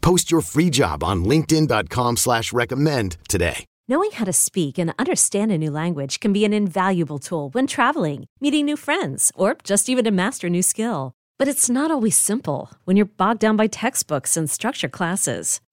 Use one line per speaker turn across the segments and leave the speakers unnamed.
Post your free job on linkedin.com/recommend slash recommend today.
Knowing how to speak and understand a new language can be an invaluable tool when traveling, meeting new friends, or just even to master a new skill. But it's not always simple when you're bogged down by textbooks and structure classes.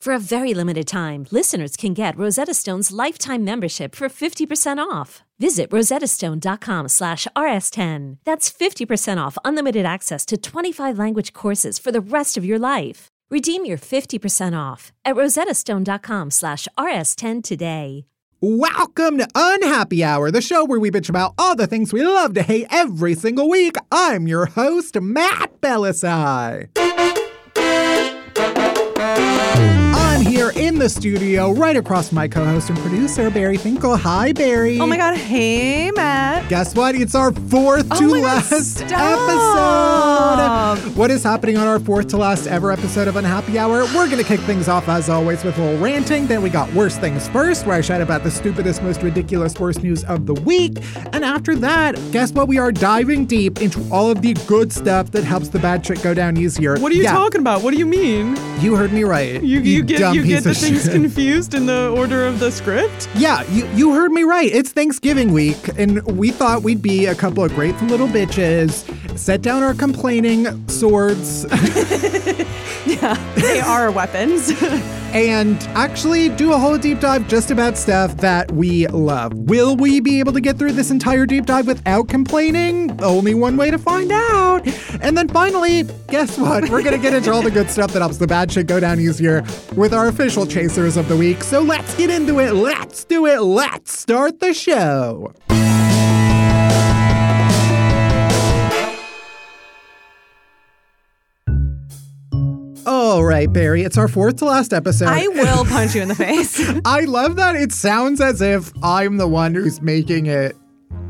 For a very limited time, listeners can get Rosetta Stone's lifetime membership for 50% off. Visit rosettastone.com slash rs10. That's 50% off unlimited access to 25 language courses for the rest of your life. Redeem your 50% off at rosettastone.com slash rs10 today.
Welcome to Unhappy Hour, the show where we bitch about all the things we love to hate every single week. I'm your host, Matt Belisai. I'm here in the studio, right across from my co-host and producer, Barry Finkel. Hi, Barry.
Oh my god, hey Matt.
Guess what? It's our fourth
Oh
to
my God,
last
stop.
episode. What is happening on our fourth to last ever episode of Unhappy Hour? We're going to kick things off, as always, with a little ranting. Then we got Worst Things First, where I shout about the stupidest, most ridiculous, worst news of the week. And after that, guess what? We are diving deep into all of the good stuff that helps the bad shit go down easier.
What are you
Yeah,
talking about? What do you mean?
You heard me right.
You, you, get
dumb
you
piece
get the
of
things
shit.
confused in the order of the script?
Yeah, you, you heard me right. It's Thanksgiving week, and we thought we'd be a couple of grateful little bitches, set down our complaining swords,
They are weapons.
and actually do a whole deep dive just about stuff that we love. Will we be able to get through this entire deep dive without complaining? Only one way to find out. And then finally, guess what? We're going to get into all the good stuff that helps the bad shit go down easier with our official chasers of the week. So let's get into it. Let's do it. Let's start the show. All right, Barry, it's our fourth to last episode.
I will punch you in the face.
I love that it sounds as if I'm the one who's making it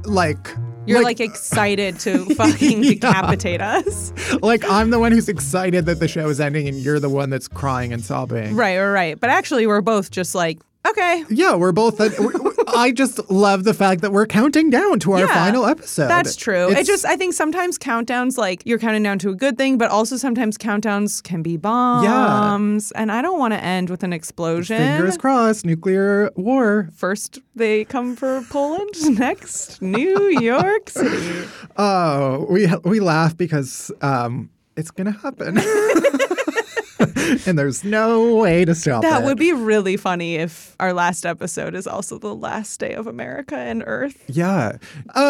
like
You're like, excited to fucking decapitate us.
like I'm the one who's excited that the show is ending and you're the one that's crying and sobbing.
Right, right, right. But actually we're both just like, okay.
Yeah, we're both we- we- I just love the fact that we're counting down to our
Yeah,
final episode.
That's true.
It's-
It just I think sometimes countdowns like you're counting down to a good thing, but also sometimes countdowns can be bombs. And I don't want to end with an explosion.
fingers crossed nuclear war.
First they come for Poland, next New York City.
Oh, we we laugh because um it's going to happen. and there's no way to stop
That
it.
would be really funny if our last episode is also the last day of America and Earth.
Yeah. Um,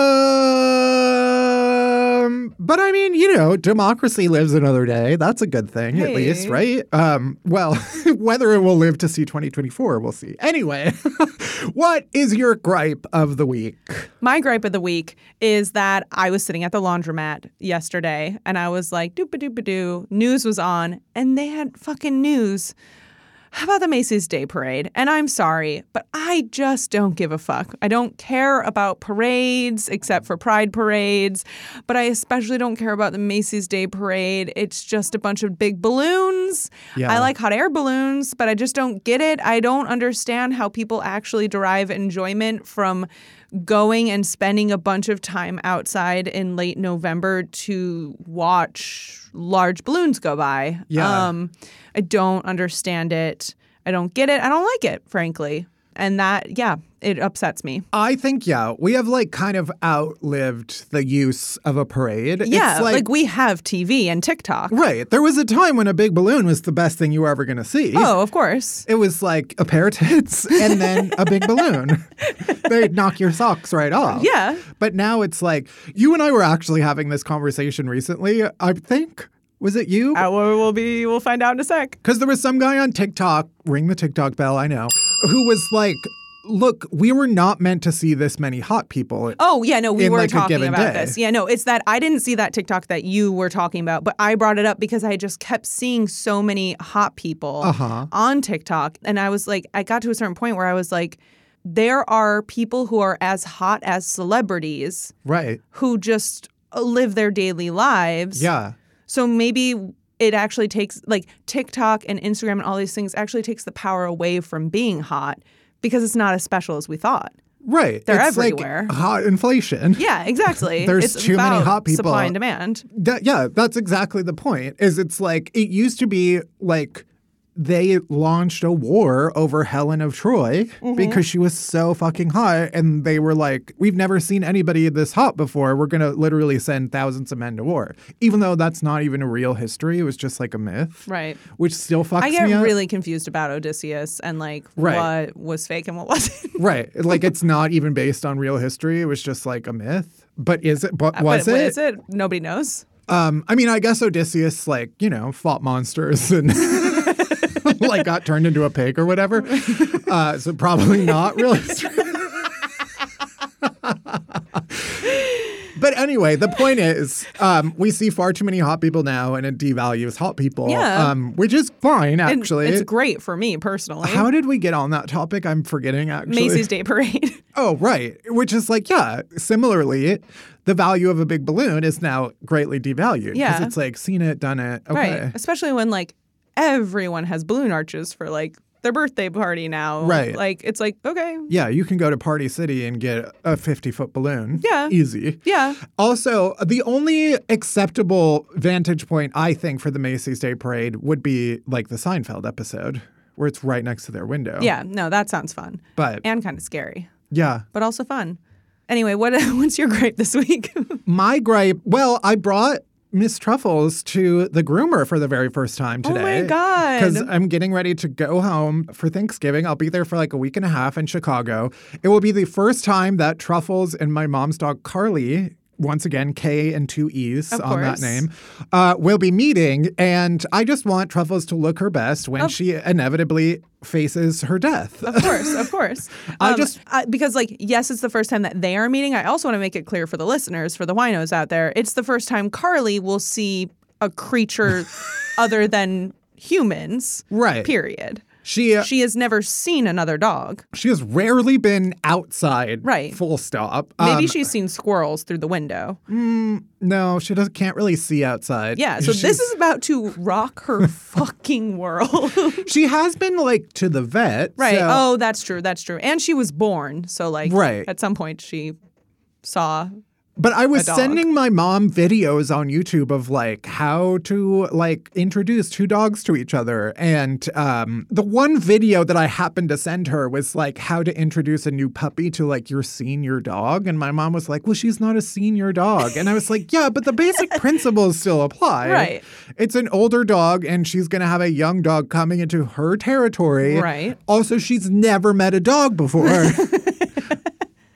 but I mean, you know, democracy lives another day. That's a good thing, at least,
Hey.
right? Um, well, whether it will live to see 2024, we'll see. Anyway, what is your gripe of the week?
My gripe of the week is that I was sitting at the laundromat yesterday and I was like, doopa doopa doo. News was on and they had fucking news about the Macy's Day Parade. And I'm sorry, but I just don't give a fuck. I don't care about parades except for pride parades, but I especially don't care about the Macy's Day Parade. It's just a bunch of big balloons.
Yeah.
I like hot air balloons, but I just don't get it. I don't understand how people actually derive enjoyment from going and spending a bunch of time outside in late November to watch large balloons go by.
Yeah.
Um, I don't understand it. I don't get it. I don't like it, frankly. And that, yeah, it upsets me.
I think, yeah, we have like kind of outlived the use of a parade. It's
Yeah, like,
like,
we have TV and TikTok.
right. There was a time when a big balloon was the best thing you were ever going to see.
Oh, of course.
It was like a pair of tits and then a big balloon. They'd knock your socks right off.
Yeah.
But now it's like you and I were actually having this conversation recently. I think was it you?
Hour will be we'll find out in a sec.
Because there was some guy on TikTok, ring the TikTok bell, I know, who was like, "Look, we were not meant to see this many hot people."
Oh yeah, no, we
In,
were
like, a
talking
given
about
day.
this. Yeah, no, it's that I didn't see that TikTok that you were talking about, but I brought it up because I just kept seeing so many hot people
Uh-huh.
on TikTok, and I was like, I got to a certain point where I was like, there are people who are as hot as celebrities
Right?
who just uh, live their daily lives.
Yeah.
So maybe it actually takes like TikTok and Instagram and all these things actually takes the power away from being hot because it's not as special as we thought.
Right.
They're
it's
everywhere.
Like hot inflation.
Yeah, exactly.
There's
it's
too many
about
hot people.
Supply and demand.
That- yeah, that's exactly the point. Is it's like it used to be like they launched a war over Helen of Troy
Mm-hmm.
because she was so fucking hot and they were like we've never seen anybody this hot before. We're going to literally send thousands of men to war. Even though that's not even a real history, it was just like a myth.
Right.
Which still fucks
I get
me up.
really confused about Odysseus and like
Right.
what was fake and what wasn't.
right. Like it's not even based on real history. It was just like a myth. But is it but was
Uh, but what
it?
is it? Nobody knows.
Um, I mean, I guess Odysseus, like, you know, fought monsters and like got turned into a pig or whatever. Uh, so probably not really. but anyway, the point is, um, we see far too many hot people now and it devalues hot people,
Yeah.
um, which is fine,
And
actually.
it's great for me personally.
How did we get on that topic? I'm forgetting, actually.
Macy's Day Parade.
Oh, right. Which is like, yeah, similarly, the value of a big balloon is now greatly devalued. Because
Yeah.
it's like, seen it, done it. Okay.
Right. Especially when like everyone has balloon arches for like their birthday party now.
Right.
Like it's like, okay.
Yeah, you can go to Party City and get a 50 foot balloon.
Yeah.
Easy.
Yeah.
Also, the only acceptable vantage point, I think, for the Macy's Day Parade would be like the Seinfeld episode, where it's right next to their window.
Yeah. No, that sounds fun.
But
and kind of scary,
yeah,
but also fun. Anyway, what what's your gripe this week?
my gripe well, I brought. Miss Truffles to the groomer for the very first time
Oh my
today.
God.
Because I'm getting ready to go home for Thanksgiving. I'll be there for like a week and a half in Chicago. It will be the first time that Truffles and my mom's dog Carly, once again, K and two E's
Of
on that
course.
name, uh, will be meeting. And I just want Truffles to look her best when she inevitably faces her death.
of course, of course. Um,
I just-
I- because like yes, it's the first time that they are meeting. I also want to make it clear for the listeners, for the winos out there, it's the first time Carly will see a creature other than humans.
Right.
Period.
She uh,
She has never seen another dog.
she has rarely been outside.
Right.
Full stop.
Maybe
Um,
she's seen squirrels through the window.
No, she doesn't. Can't really see outside.
Yeah, so
She's-
this is about to rock her fucking world.
She has been like to the vet.
Right.
so-
oh, that's true. That's true. And she was born, so like
Right.
at some point she saw.
But I was
dog.
sending my mom videos on YouTube of like how to like introduce two dogs to each other. And um, the one video that I happened to send her was like how to introduce a new puppy to like your senior dog. And my mom was like, well, she's not a senior dog. And I was like, yeah, but the basic principles still apply.
Right.
It's an older dog and she's going to have a young dog coming into her territory.
Right.
Also, she's never met a dog before.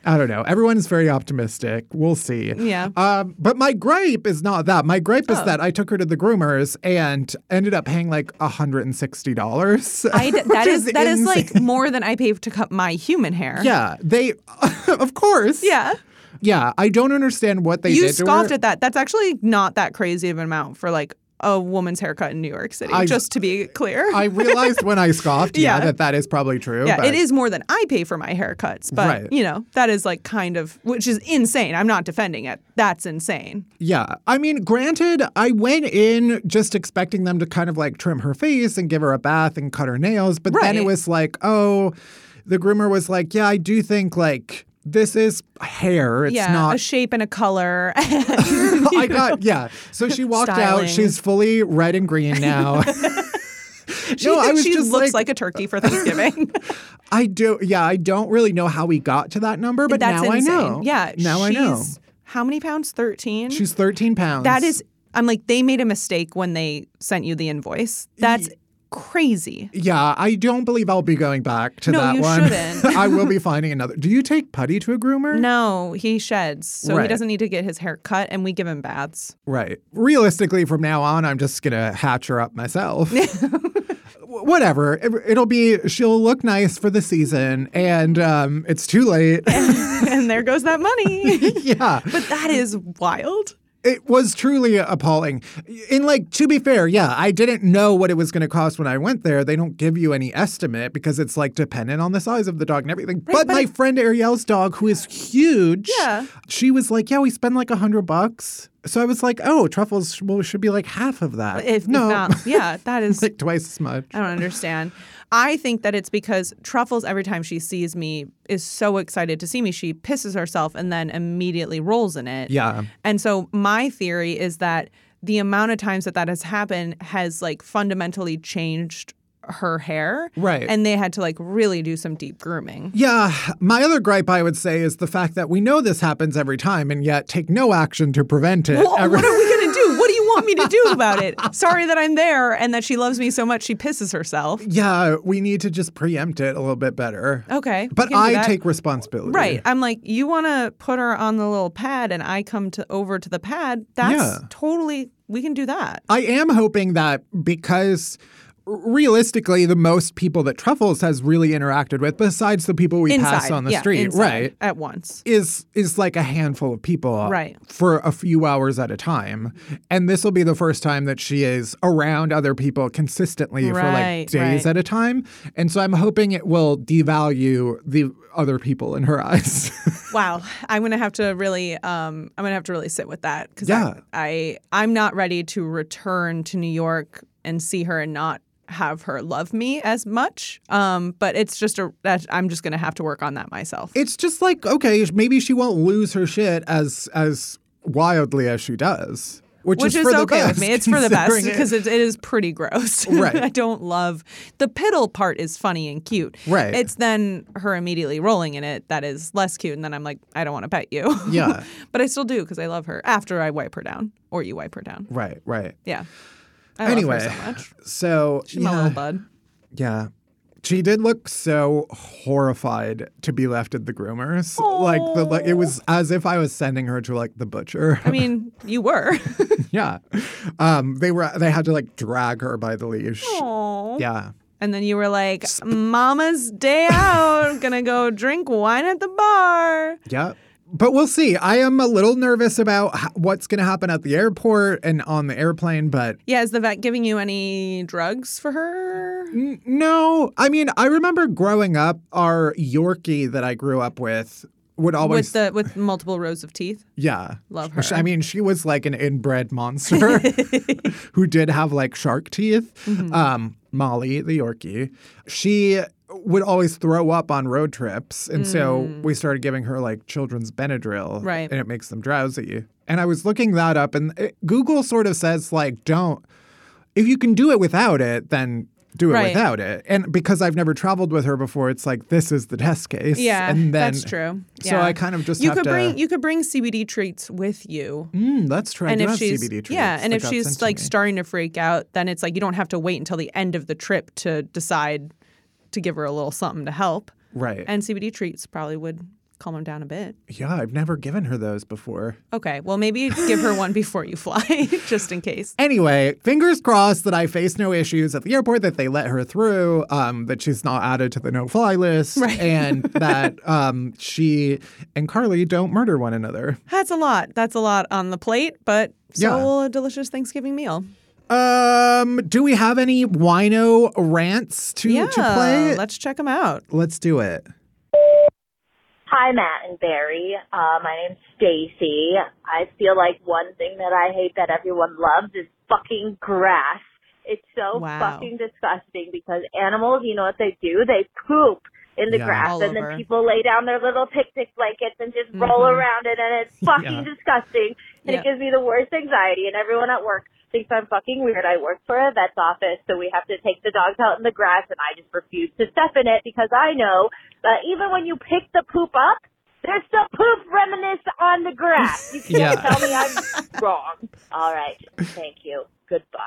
I don't know. Everyone's very optimistic. We'll see.
Yeah. Oh.
Um, but my gripe is not that. My gripe is that I took her to the groomers and ended up paying like $160.
I d- that
which
is, that is
insane.
like more than I pay to cut my human hair.
Yeah. They, of course.
Yeah.
Yeah. I don't understand what they
You
did. to
scoffed
her.
at that. That's actually not that crazy of an amount for like a woman's haircut in New York City,
I-
just to be clear.
I realized when I scoffed, yeah,
Yeah.
that that is probably true.
yeah,
but
it is more than I pay for my haircuts, but
Right.
you know, that is like kind of which is insane. I'm not defending it. That's insane.
Yeah. I mean, granted, I went in just expecting them to kind of like trim her face and give her a bath and cut her nails. But then it
Right.
was like, oh, the groomer was like, yeah, I do think like this is hair. It's
yeah, a
not.
shape and a color.
I got, yeah. So she walked out.
Styling.
She's fully red and green now.
She
No, I
thinks
was
she
just
looks
like-
like, a turkey for Thanksgiving.
I do. Yeah, I don't really know how we got to that number, but
That's
now
insane.
I know.
Yeah.
now I know.
she's- How many pounds? 13?
She's 13 pounds.
That is, I'm like, they made a mistake when they sent you the invoice. That's crazy.
Yeah, I don't believe I'll be going back to
No,
that
you
one.
shouldn't.
I will be finding another. Do you take putty to a groomer?
No, he sheds, so
Right.
he doesn't need to get his hair cut, and we give him baths.
Right. Realistically, from now on, I'm just going to hatch her up myself. Wh- Whatever. It- It'll be, she'll look nice for the season, and um, it's too late.
and there goes that money.
yeah.
but that is wild.
It was truly appalling. And, like, to be fair, yeah, I didn't know what it was going to cost when I went there. They don't give you any estimate because it's, like, dependent on the size of the dog and everything. but, my friend Ariel's dog, who is huge,
Yeah.
she was like, yeah, we spend like a hundred bucks. So I was like, oh, truffles sh- well, should be like half of that.
If, if
no,
not, Oh. yeah, that is.
like twice as much.
I don't understand. I think that it's because Truffles, every time she sees me, is so excited to see me. She pisses herself and then immediately rolls in it.
Yeah.
And so my theory is that the amount of times that that has happened has like fundamentally changed her hair.
Right.
And they had to like really do some deep grooming.
Yeah, my other gripe I would say is the fact that we know this happens every time and yet take no action to prevent it.
Well,
Every-
what are we going to do? What do you want me to do about it? Sorry that I'm there and that she loves me so much she pisses herself.
yeah, we need to just preempt it a little bit better.
Okay. we
But
can do
I
that.
take responsibility.
Right. I'm like, you want to put her on the little pad and I come to over to the pad. That's
Yeah.
totally we can do that.
I am hoping that because realistically, the most people that Truffles has really interacted with, besides the people we
Inside.
pass on the
yeah,
street,
inside
right,
At once.
is is like a handful of people
Right.
for a few hours at a time and this will be the first time that she is around other people consistently for
Right,
like days
right.
at a time and so i'm hoping it will devalue the other people in her eyes
Wow. I'm going to have to really um I'm going to have to really sit with that cuz
Yeah.
I, I I'm not ready to return to New York and see her and not have her love me as much. Um but it's just a that I'm just going to have to work on that myself.
it's just like okay maybe she won't lose her shit as as wildly as she does which,
which
is,
is,
for the
okay
best,
with me. It's for the best
considering it-
because it, it is pretty gross.
Right.
I don't love the piddle part is funny and cute.
Right.
It's then her immediately rolling in it that is less cute, and then I'm like, I don't want to pet you.
Yeah.
but I still do because I love her. After I wipe her down, or you wipe her down.
right right
Yeah. I
anyway
love her so much.
so
She's
yeah.
my little bud.
Yeah. She did look so horrified to be left at the groomers. Like the like, it was as if I was sending her to like the butcher.
I mean, you were.
yeah. Um they were they had to like drag her by the leash. Yeah.
and then you were like, Mama's day out. Gonna go drink wine at the bar.
Yeah. But we'll see. I am a little nervous about h- what's going to happen at the airport and on the airplane, but
Yeah, is the vet giving you any drugs for her?
N- No, I mean, I remember growing up, our Yorkie that I grew up with would always,
with the with multiple rows of teeth.
yeah,
Love
Sh-
her.
I mean, she was like an inbred monster who did have like shark teeth.
Mm-hmm.
Um, Molly, the Yorkie, she would always throw up on road trips, and so we started giving her like children's Benadryl,
Mm. Right.
And it makes them drowsy. And I was looking that up, and it, Google sort of says like, don't if you can do it without it, then do it
Right.
without it. And because I've never traveled with her before, it's like this is the test case.
Yeah,
and then,
that's true.
So
Yeah.
I kind of just
you
have
could
to.
bring you could bring CBD treats with you,
Mm, let's try. I
and
do
if
have
she's
CBD treats
yeah, and
that
if
got sent
she's
to
like
me.
starting to freak out, then it's like you don't have to wait until the end of the trip to decide to give her a little something to help.
right,
And CBD treats probably would calm her down a bit.
yeah, I've never given her those before.
Okay, well maybe give her one before you fly, just in case.
Anyway, fingers crossed that I face no issues at the airport, that they let her through, um, that she's not added to the no-fly list, and that um, she and Carly don't murder one another.
That's a lot. That's a lot on the plate, but so
Yeah.
will a delicious Thanksgiving meal.
Um, do we have any wino rants to
Yeah,
to play?
let's check them out.
Let's do it.
Hi, Matt and Barry. Uh, my name's Stacy. I feel like one thing that I hate that everyone loves is fucking grass. It's so
Wow.
fucking disgusting because animals, you know what they do? They poop in the
Yeah.
grass
All
and
over.
then people lay down their little picnic blankets and just roll around in it and it's fucking
Yeah.
disgusting and
Yeah.
it gives me the worst anxiety and everyone at work thinks I'm fucking weird. I work for a vet's office, so we have to take the dogs out in the grass, and I just refuse to step in it because I know that even when you pick the poop up, there's still poop remnants on the grass. You can't
Yeah.
tell me I'm wrong. All right. Thank you. Goodbye.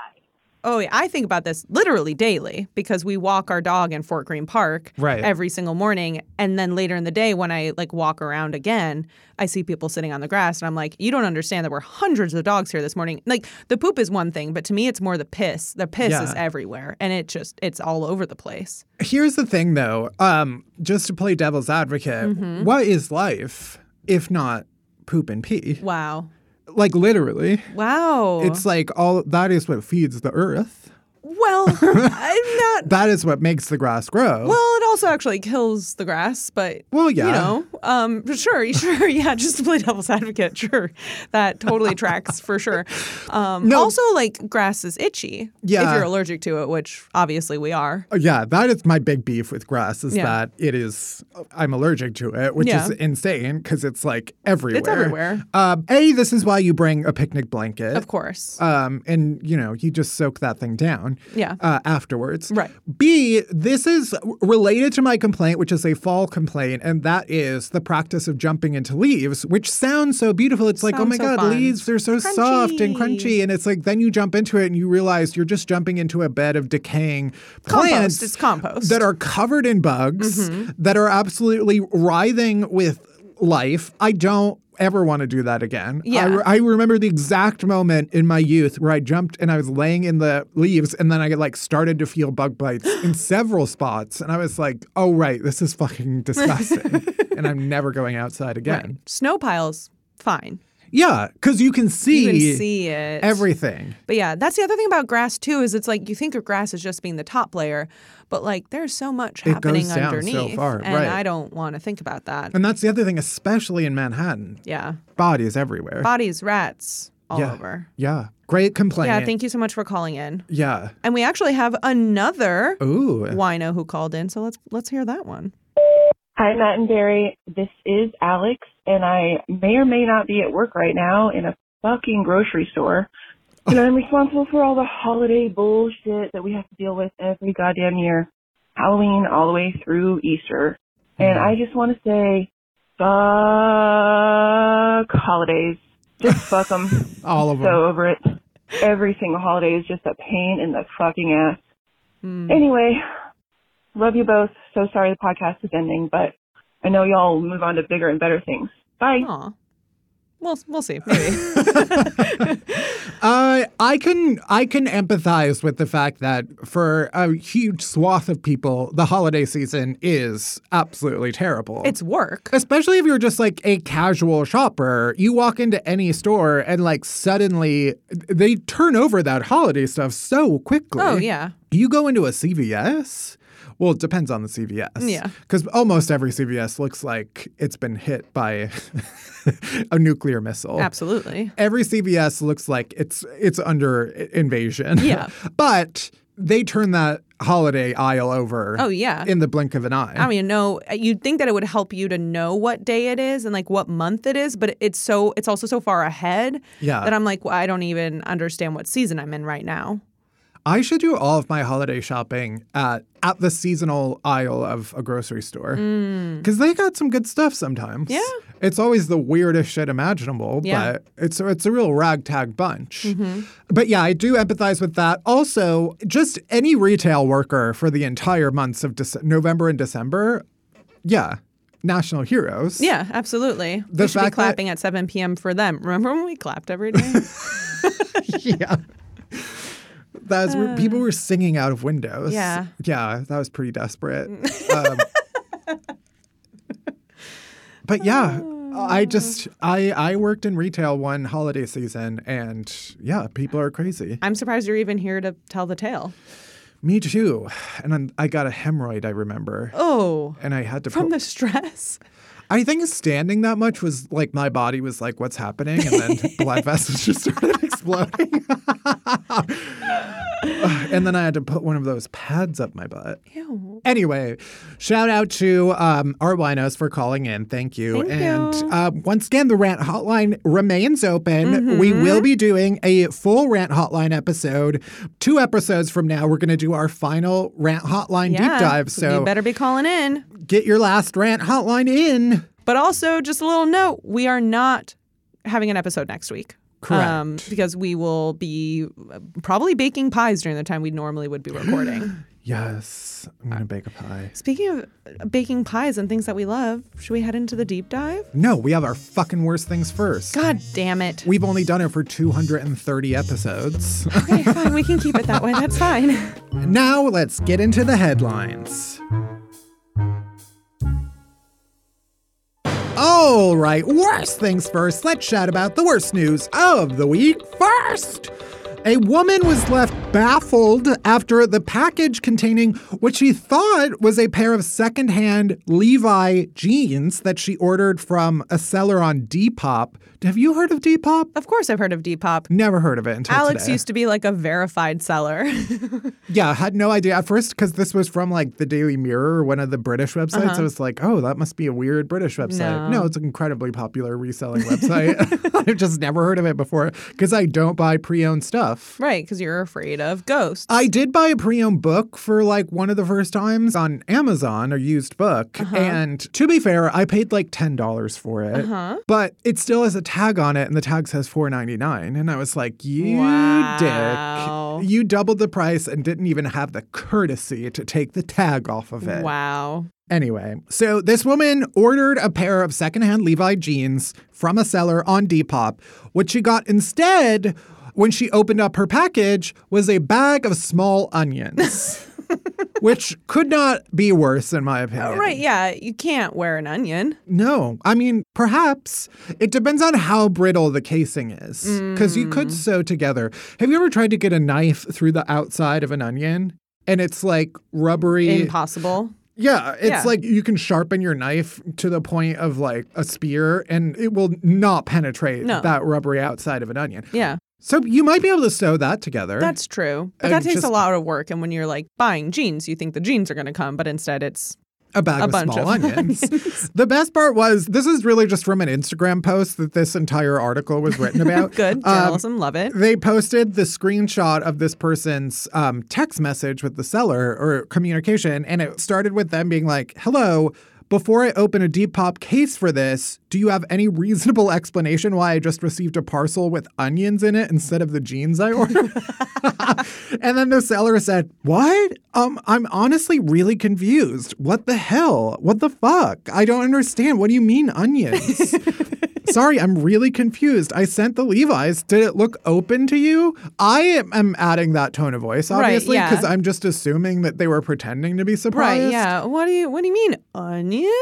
Oh, yeah, I think about this literally daily because we walk our dog in Fort Greene Park
Right.
every single morning. And then later in the day, when I like walk around again, I see people sitting on the grass and I'm like, you don't understand there were hundreds of dogs here this morning. Like the poop is one thing, but to me, it's more the piss. The piss
Yeah.
is everywhere and it just, it's all over the place.
Here's the thing, though. Um, just to play devil's advocate,
Mm-hmm.
what is life if not poop and pee?
Wow.
Like literally,
Wow.
it's like all that is what feeds the earth.
well, I'm not.
That is what makes the grass grow.
Well, it also actually kills the grass, but
Well, yeah.
you know, um, sure, sure, yeah, just to play devil's advocate, sure, that totally tracks for sure. Um,
No.
Also, like grass is itchy
Yeah.
if you're allergic to it, which obviously we are.
Uh, yeah, that is my big beef with grass is
Yeah.
that it is uh, I'm allergic to it, which
Yeah.
is insane because it's like everywhere.
everywhere.
Um, a, this is why you bring a picnic blanket,
Of course,
um, and you know you just soak that thing down
Yeah.
uh, afterwards
Right.
b this is related to my complaint which is a fall complaint and that is the practice of jumping into leaves which sounds so beautiful it's like oh
Sounds
my
so
god
fun.
leaves are so soft and
Crunchy.
crunchy and it's like then you jump into it and you realize you're just jumping into a bed of decaying plants
compost. It's compost.
that are covered in bugs
Mm-hmm.
that are absolutely writhing with life. I don't ever want to do that again. I,
Yeah.
re- I remember the exact moment in my youth where I jumped and I was laying in the leaves and then I like started to feel bug bites in several spots and I was like, "Oh right, this is fucking disgusting." and I'm never going outside again.
snow piles. Fine,
Yeah, cuz you can see,
you can see it.
everything.
But yeah, that's the other thing about grass too is it's like you think of grass as just being the top layer, but like there's so much
It
happening
goes down so
underneath,
far,
and
right.
I don't want to think about that.
And that's the other thing especially in Manhattan.
Yeah,
Bodies everywhere.
bodies, rats, all
yeah.
over.
Yeah. Great complaint.
Yeah, thank you so much for calling in.
Yeah.
And we actually have another
Ooh.
wino who called in, so let's let's hear that one.
Hi, Matt and Barry. This is Alex, and I may or may not be at work right now in a fucking grocery store. And I'm responsible for all the holiday bullshit that we have to deal with every goddamn year. Halloween all the way through Easter. And I just want to say, fuck holidays. Just fuck them.
All of them.
So over it. Every single holiday is just a pain in the fucking ass. Anyway, love you both. So sorry the podcast is ending, but I know y'all will move on to bigger and better things. Bye.
Aw. We'll we'll see. Maybe.
Uh, I can I can empathize with the fact that for a huge swath of people, the holiday season is absolutely terrible.
it's work.
especially if you're just like a casual shopper. You walk into any store and like suddenly they turn over that holiday stuff so quickly.
Oh yeah.
You go into a CVS. Well, it depends on the CVS.
Yeah.
Because almost every CVS looks like it's been hit by a nuclear missile.
Absolutely.
Every CVS looks like it's it's under i- invasion.
Yeah.
but they turn that holiday aisle over.
Oh, yeah.
In the blink of an eye.
I don't even know. Uh, You'd think that it would help you to know what day it is and like what month it is, but it's so it's also so far ahead
Yeah.
that I'm like, well, I don't even understand what season I'm in right now.
I should do all of my holiday shopping at at the seasonal aisle of a grocery store because they got some good stuff sometimes.
Mm. Yeah.
it's always the weirdest shit imaginable,
Yeah. Mm-hmm.
but it's it's a real ragtag bunch. But yeah, I do empathize with that. Also, just any retail worker for the entire months of Dece- November and December, yeah, national heroes.
Yeah, absolutely.
The
we should be
fact that-
clapping at 7 p.m. for them. Remember when we clapped every day?
yeah. That's where people were singing out of windows.
Uh. Yeah. Mm.
Yeah, that was pretty desperate. Um, but yeah,
Oh.
I just I I worked in retail one holiday season and yeah, people are crazy.
I'm surprised you're even here to tell the tale.
Me too. And i I got a hemorrhoid, I remember.
Oh,
And I had to
from
pull-
the stress.
I think standing that much was like my body was like, what's happening? And then blood vessels just started exploding. and then I had to put one of those pads up my butt. Anyway, shout out to um, our winos for calling in. Thank you. and Uh, once again, the rant hotline remains open. We
Mm-hmm.
will be doing a full rant hotline episode. Two episodes from now, we're going to do our final rant hotline
Yeah.
deep dive.
you
So
better be calling in.
get your last rant hotline in.
But also, just a little note: we are not having an episode next week. Um,
Correct.
because we will be uh, probably baking pies during the time we normally would be recording.
Yes, I'm going to bake a pie.
Speaking of uh, baking pies and things that we love, should we head into the deep dive?
No, we have our fucking worst things first.
God damn it.
We've only done it for 230 episodes.
Okay, fine. We can keep it that way. That's fine.
now let's get into the headlines. All right, worst things first. Let's chat about the worst news of the week first. A woman was left baffled after the package containing what she thought was a pair of secondhand Levi jeans that she ordered from a seller on Depop. Have you heard of Depop?
Of course, I've heard of Depop.
Never heard of it until
Alex
today.
used to be like a verified seller.
Yeah, I had no idea at first because this was from like the Daily Mirror, one of the British websites. I was like, oh, that must be a weird British website. No, it's an incredibly popular reselling website. I've just never heard of it before because I don't buy pre owned stuff.
right, because you're afraid of ghosts.
I did buy a pre-owned book for like one of the first times on Amazon, a used book, and to be fair, I paid like ten dollars for it. But it still has a tag on it, and the tag says four ninety nine, and I was like, "You
Wow.
dick! You doubled the price and didn't even have the courtesy to take the tag off of it."
wow.
Anyway, so this woman ordered a pair of secondhand Levi jeans from a seller on Depop. What she got instead, when she opened up her package, was a bag of small onions, which could not be worse, in my opinion.
Oh, Right, yeah, you can't wear an onion.
No, I mean, perhaps. It depends on how brittle the casing is, because you
Mm.
could sew together. Have you ever tried to get a knife through the outside of an onion? And it's like rubbery.
Impossible.
Yeah, it's
Yeah.
like you can sharpen your knife to the point of like a spear and it will not penetrate
No.
that rubbery outside of an onion.
Yeah,
So you might be able to sew that together.
that's true. But
And
that takes
just-
a lot of work. And when you're like buying jeans, you think the jeans are going to come, but instead it's
a bag
a
of
bunch
small
of
onions. The best part was this is really just from an Instagram post that this entire article was written about.
good
Um,
journalism. love it.
They posted the screenshot of this person's um, text message with the seller or communication, and it started with them being like, "Hello." Before I open a Depop case for this, do you have any reasonable explanation why I just received a parcel with onions in it instead of the jeans I ordered? and then the seller said, "What? Um, I'm honestly really confused. What the hell? What the fuck? I don't understand. What do you mean onions?" Sorry, I'm really confused. I sent the Levi's. Did it look open to you? I am am adding that tone of voice,
Right,
obviously,
yeah.
because I'm just assuming that they were pretending to be surprised.
Right, yeah. What do you what do you mean? Onions?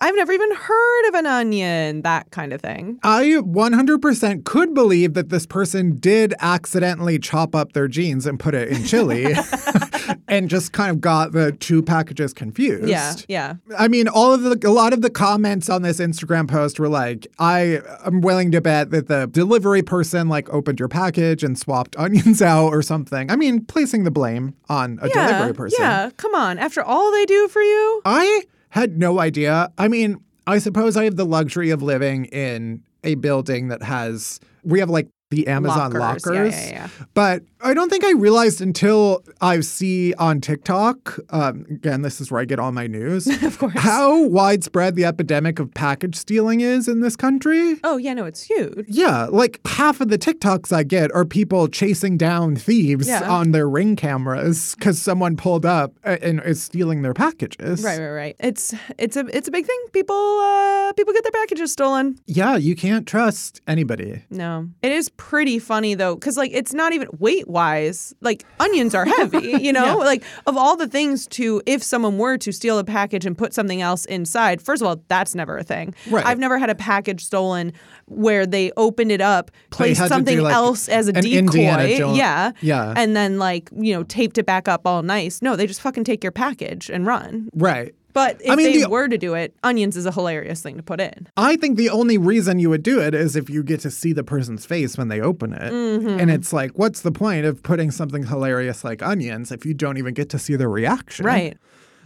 I've never even heard of an onion, that kind of thing.
I 100% could believe that this person did accidentally chop up their jeans and put it in chili and just kind of got the two packages confused.
Yeah, yeah.
I mean, all of the a lot of the comments on this Instagram post were like, "I am willing to bet that the delivery person like opened your package and swapped onions out or something." I mean, placing the blame on a
yeah,
delivery person.
Yeah, come on. After all they do for you,
I had no idea. I mean, I suppose I have the luxury of living in a building that has we have like the Amazon
Lockers.
lockers.
Yeah, yeah, yeah.
But I don't think I realized until I see on TikTok, um, again, this is where I get all my news, of course, how widespread the epidemic of package stealing is in this country.
oh yeah, no, it's huge.
Yeah, like half of the TikToks I get are people chasing down thieves
Yeah.
on their ring cameras because someone pulled up a- and is stealing their packages.
Right, right, right. It's it's a it's a big thing. People uh people get their packages stolen.
Yeah, you can't trust anybody.
No. It is pretty funny though, because like it's not even weight wise, like onions are heavy, you know? Like of all the things to if someone were to steal a package and put something else inside, first of all, that's never a thing.
Right.
I've never had a package stolen where they opened it up, placed
had to do,
something
like,
else as a
an
decoy.
Indiana Jones-
Yeah.
Yeah.
And then like, you know, taped it back up all nice. No, they just fucking take your package and run.
Right.
But if
I mean,
they
the-
were to do it, onions is a hilarious thing to put in.
I think the only reason you would do it is if you get to see the person's face when they open it.
Mm-hmm.
And it's like, what's the point of putting something hilarious like onions if you don't even get to see their reaction?
Right.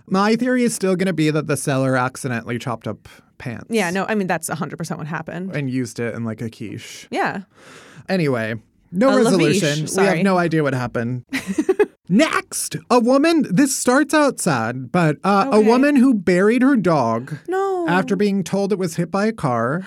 My theory is still going to be that the seller accidentally chopped up pants.
Yeah, no, I mean, that's 100% what happened.
And used it in like a quiche.
Yeah.
Anyway, no
A lavish,
resolution. We have
sorry.
no idea what happened. Next, a woman. This starts outside, but uh, a
Okay.
woman who buried her dog
No.
after being told it was hit by a car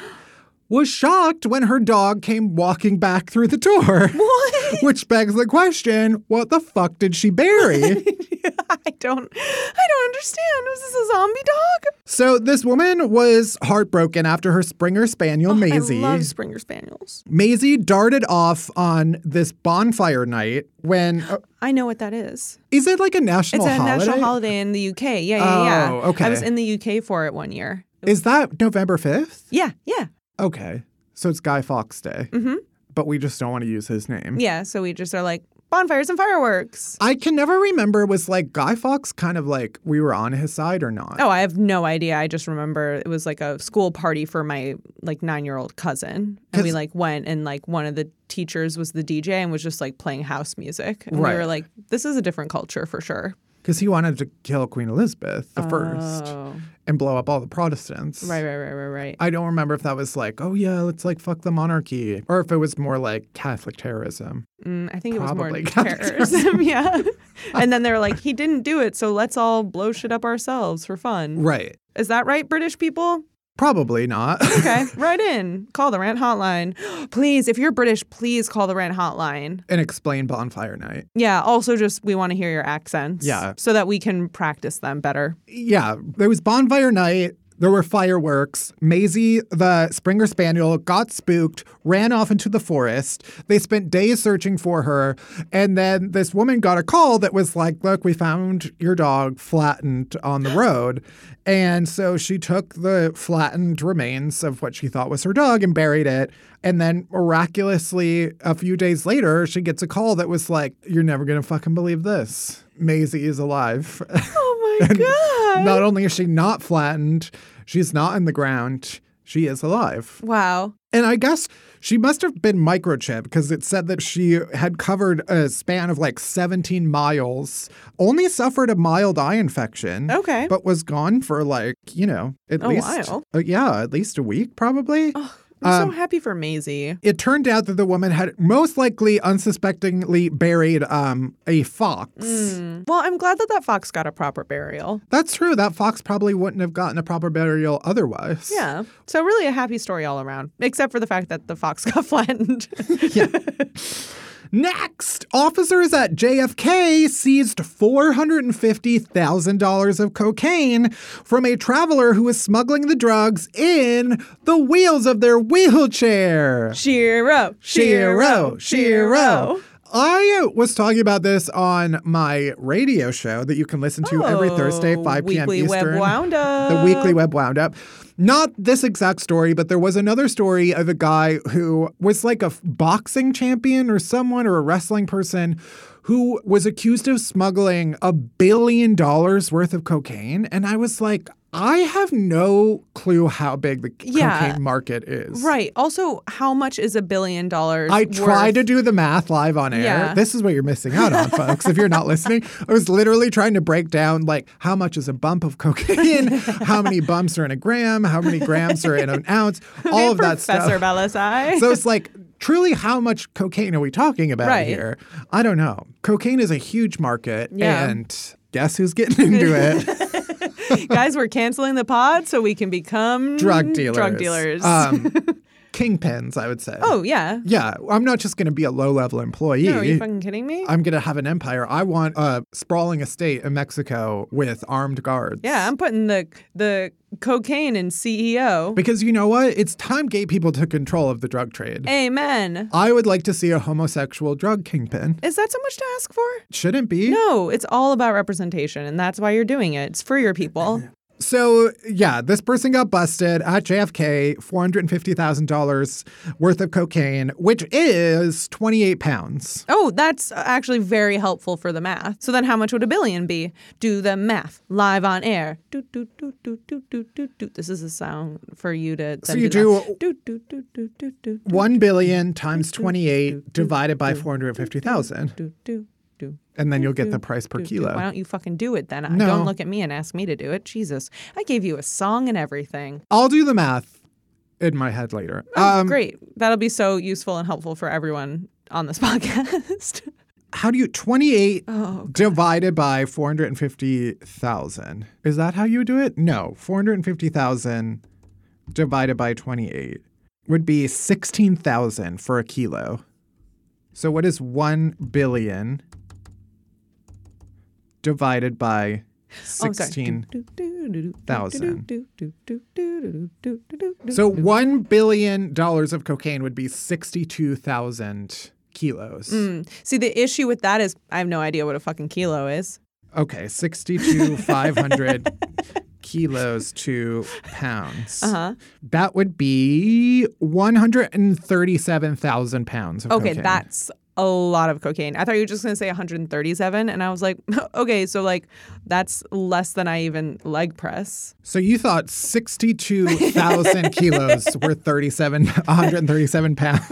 was shocked when her dog came walking back through the door.
What?
Which begs the question what the fuck did she bury?
I don't I don't understand. Was this a zombie dog?
so, this woman was heartbroken after her Springer Spaniel, Maisie.
Oh, I love Springer Spaniels.
Maisie darted off on this bonfire night when. uh,
I know what that is.
is it like a national
It's a
holiday?
national holiday in the UK. Yeah, yeah, yeah.
Oh, okay.
I was in the UK for it one year.
Is that November 5th?
Yeah, yeah.
Okay. So it's Guy Fawkes Day. Mm-hmm. But we just don't want to use his name.
Yeah, so we just are like bonfires and fireworks.
I can never remember was like Guy Fawkes kind of like we were on his side or not.
Oh, I have no idea. I just remember it was like a school party for my like 9-year-old cousin. And we
'Cause-
like went and like one of the teachers was the DJ and was just like playing house music. And
Right.
we were like this is a different culture for sure.
Because he wanted to kill Queen Elizabeth the first
Oh.
and blow up all the Protestants.
Right, right, right, right, right.
I don't remember if that was like, oh yeah, let's like fuck the monarchy, or if it was more like Catholic terrorism.
Mm, I think
Probably
it was more
Catholic
terrorism, yeah. and then they were like, he didn't do it, so let's all blow shit up ourselves for fun.
Right.
Is that right, British people?
Probably not.
Okay, write in. Call the rent hotline. please, if you're British, please call the rent hotline.
and explain bonfire night.
Yeah, also just we want to hear your accents.
Yeah.
So that we can practice them better.
yeah, there was bonfire night. There were fireworks. Maisie, the Springer Spaniel, got spooked, ran off into the forest. They spent days searching for her. And then this woman got a call that was like, Look, we found your dog flattened on the road. And so she took the flattened remains of what she thought was her dog and buried it. And then miraculously, a few days later, she gets a call that was like, You're never going to fucking believe this. Maisie is alive.
Oh my God.
Not only is she not flattened, she's not in the ground. She is alive.
Wow.
And I guess she must have been microchipped because it said that she had covered a span of like 17 miles, only suffered a mild eye infection.
Okay. Oh,
But was gone for like, you know, at
A
least.
while.
uh, yeah, at least a week probably.
I'm
Um,
so happy for Maisie.
It turned out that the woman had most likely unsuspectingly buried um, a fox.
Mm. Well, I'm glad that that fox got a proper burial.
That's true. That fox probably wouldn't have gotten a proper burial otherwise.
Yeah. So really a happy story all around, except for the fact that the fox got flattened.
Next, officers at JFK seized $450,000 of cocaine from a traveler who was smuggling the drugs in the wheels of their wheelchair.
Shiro,
Shiro, Shiro. I uh, was talking about this on my radio show that you can listen to every Thursday, 5 p.m.
Oh, Weekly Web
Eastern.
Wound Up.
The Weekly Web Wound Up. Not this exact story, but there was another story of a guy who was like a f- boxing champion or someone or a wrestling person who was accused of smuggling a billion dollars worth of cocaine. And I was like, I have no clue how big the c-
Yeah.
cocaine market is.
Right. Also, how much is a billion dollars?
I tried to
worth?
do the math live on air.
Yeah.
This is what you're missing out on, folks. If you're not listening, I was literally trying to break down like how much is a bump of cocaine, how many bumps are in a gram, how many grams are in an ounce, all of that stuff.
Professor Belisai.
so it's like truly how much cocaine are we talking about
Right.
here? I don't know. Cocaine is a huge market,
Yeah.
and guess who's getting into it?
Guys, we're canceling the pod so we can become
Drug dealers.
Drug dealers.
Um, kingpins, I would say.
oh yeah.
Yeah, I'm not just going to be a low level employee.
No, are you fucking kidding me?
I'm going to have an empire. I want a sprawling estate in Mexico with armed guards.
yeah, I'm putting the the cocaine in E CEO.
Because you know what? It's time gay people took control of the drug trade.
Amen.
I would like to see a homosexual drug kingpin.
Is that so much to ask for?
Shouldn't be.
No, it's all about representation, and that's why you're doing it. It's for your people.
So, yeah, this person got busted at JFK, $450,000 worth of cocaine, which is 28 pounds.
Oh, that's actually very helpful for the math. So then how much would a billion be? Do the math live on air. Do, do, do, do, do, do, do, do. This is a sound for you to
So
then
you
the math.
do-
do, do, do, do, do, do, do,
1 billion times 28 divided by 450,000.
do, do, do.
And then you'll get the price per
do, do. Why
kilo.
don't you fucking do it then? I
No.
Don't look at me and ask me to do it. Jesus. I gave you a song and everything.
I'll do the math in my head later.
Oh,
Um,
great. That'll be so useful and helpful for everyone on this podcast.
How do you 28
Oh,
divided by 450,000? Is that how you do it? No, 450,000 divided by 28 would be 16,000 for a kilo. So what is 1 billion divided by
Oh, sorry.
16?
Do, do, do, do, do, do,
thousand.
do, do, do, do, do, do, do, do, do.
so 1 billion dollars of cocaine would be 62,000 kilos.
Mm. Hmm. See, the issue with that is I have no idea what a fucking kilo is.
Okay, 62, 500 kilos to pounds. Uh-huh. That would be 137,000 pounds of
Okay,
cocaine.
that's a lot of cocaine. I thought you were just going to say 137, and I was like, okay, so like that's less than I even leg press.
So you thought 62,000 kilos were 37, 137 pounds.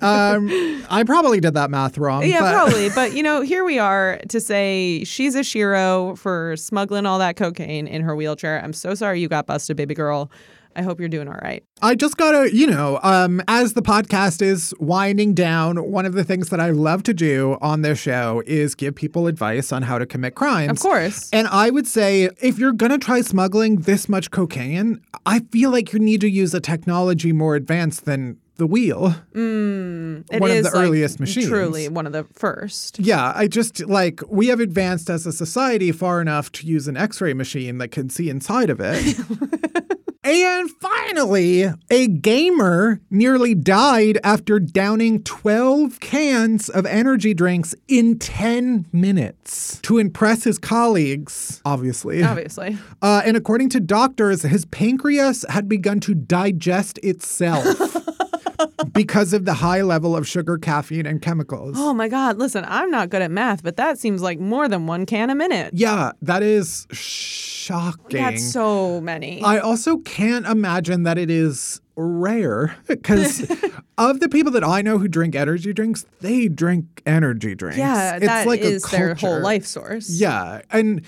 um, I probably did that math wrong.
Yeah,
but
probably. But you know, here we are to say she's a Shiro for smuggling all that cocaine in her wheelchair. I'm so sorry you got busted, baby girl. I hope you're doing all right.
I just gotta, you know, um, as the podcast is winding down, one of the things that I love to do on this show is give people advice on how to commit crimes.
Of course.
And I would say if you're going to try smuggling this much cocaine, I feel like you need to use a technology more advanced than the wheel.
It
one of the
like,
earliest machines.
Truly one of the first.
Yeah, I just like we have advanced as a society far enough to use an x ray machine that can see inside of it. and finally, a gamer nearly died after downing 12 cans of energy drinks in 10 minutes to impress his colleagues, obviously.
Obviously.
Uh, and according to doctors, his pancreas had begun to digest itself because of the high level of sugar, caffeine, and chemicals.
Oh my God. Listen, I'm not good at math, but that seems like more than one can a minute.
Yeah, that is shocking.
That's so many.
I also can't imagine that it is rare because of the people that I know who drink energy drinks, they drink energy drinks.
yeah,
it's
that
like a
is their whole
culture.
life source.
Yeah. And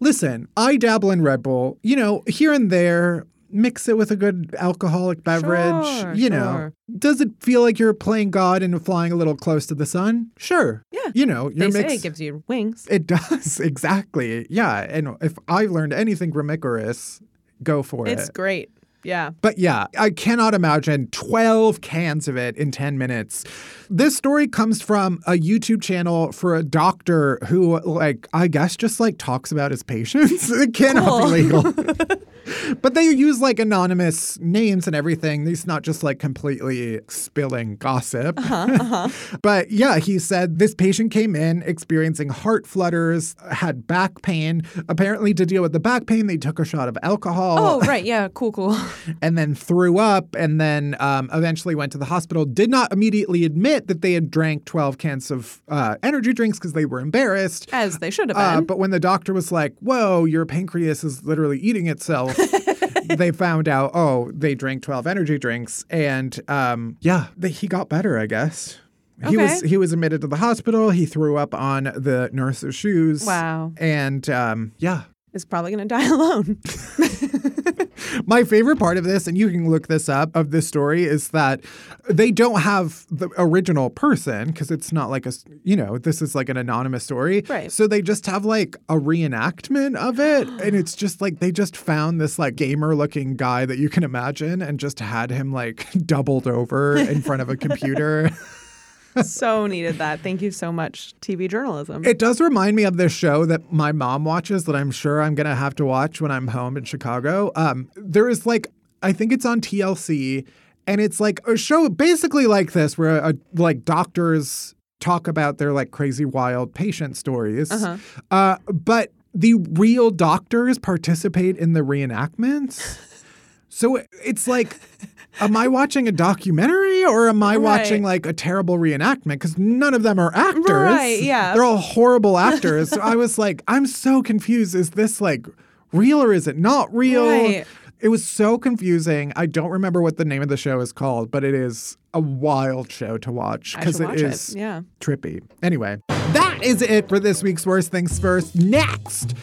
listen, I dabble in Red Bull, you know, here and there, mix it with a good alcoholic beverage,
Sure,
you know. Does it feel like you're playing God and flying a little close to the sun? Sure.
Yeah.
You know, you're
They say
mix-
it gives you wings.
it does, exactly. Yeah. And if I've learned anything from Icarus, go for
It's
it.
great. Yeah.
But yeah, I cannot imagine 12 cans of it in 10 minutes. This story comes from a YouTube channel for a doctor who, like, I guess just like talks about his patients. It cannot be legal. but they use like anonymous names and everything. He's not just like completely spilling gossip. But yeah, he said this patient came in experiencing heart flutters, had back pain. Apparently, to deal with the back pain, they took a shot of alcohol
Oh, right. Yeah. Cool, cool.
and then threw up and then um, eventually went to the hospital. Did not immediately admit that they had drank 12 cans of uh, energy drinks because they were embarrassed.
As they should have
Uh,
been.
but when the doctor was like, whoa, your pancreas is literally eating itself. they found out, oh, they drank 12 energy drinks. And um, yeah, they, he got better, I guess. He was
Okay.
he was admitted to the hospital. He threw up on the nurse's shoes.
Wow.
And um, yeah,
It's probably going to die alone.
My favorite part of this, and you can look this up, of this story is that they don't have the original person because it's not like a, s- you know, this is like an anonymous story.
Right.
So they just have like a reenactment of it. And it's just like they just found this like gamer looking guy that you can imagine and just had him like doubled over in front of a computer.
so needed that. Thank you so much, TV journalism.
It does remind me of this show that my mom watches that I'm sure I'm going to have to watch when I'm home in Chicago. Um, there is like, I think it's on TLC, and it's like a show basically like this where uh like
Uh-huh.
doctors talk about their like crazy wild patient stories. uh but the real doctors participate in the reenactments. So it's like, am I watching a documentary or am I watching like a terrible reenactment? Because none of them are actors.
Right, yeah.
They're all horrible actors. so I was like, I'm so confused. Is this like real or is it not real?
Right.
It was so confusing. I don't remember what the name of the show is called, but it is a wild show to watch
I
because
should
it
watch it,
is
yeah.
trippy. Anyway, that is it for this week's Worst Things First. Next,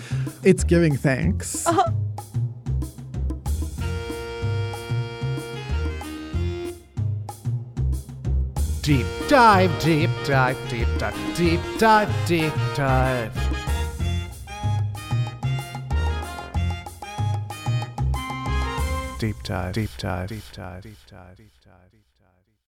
it's Giving
Oh,
Thanks.
Deep dive, deep dive, deep dive, deep dive, deep dive. Deep dive, deep dive, deep dive, deep dive, deep dive, deep dive.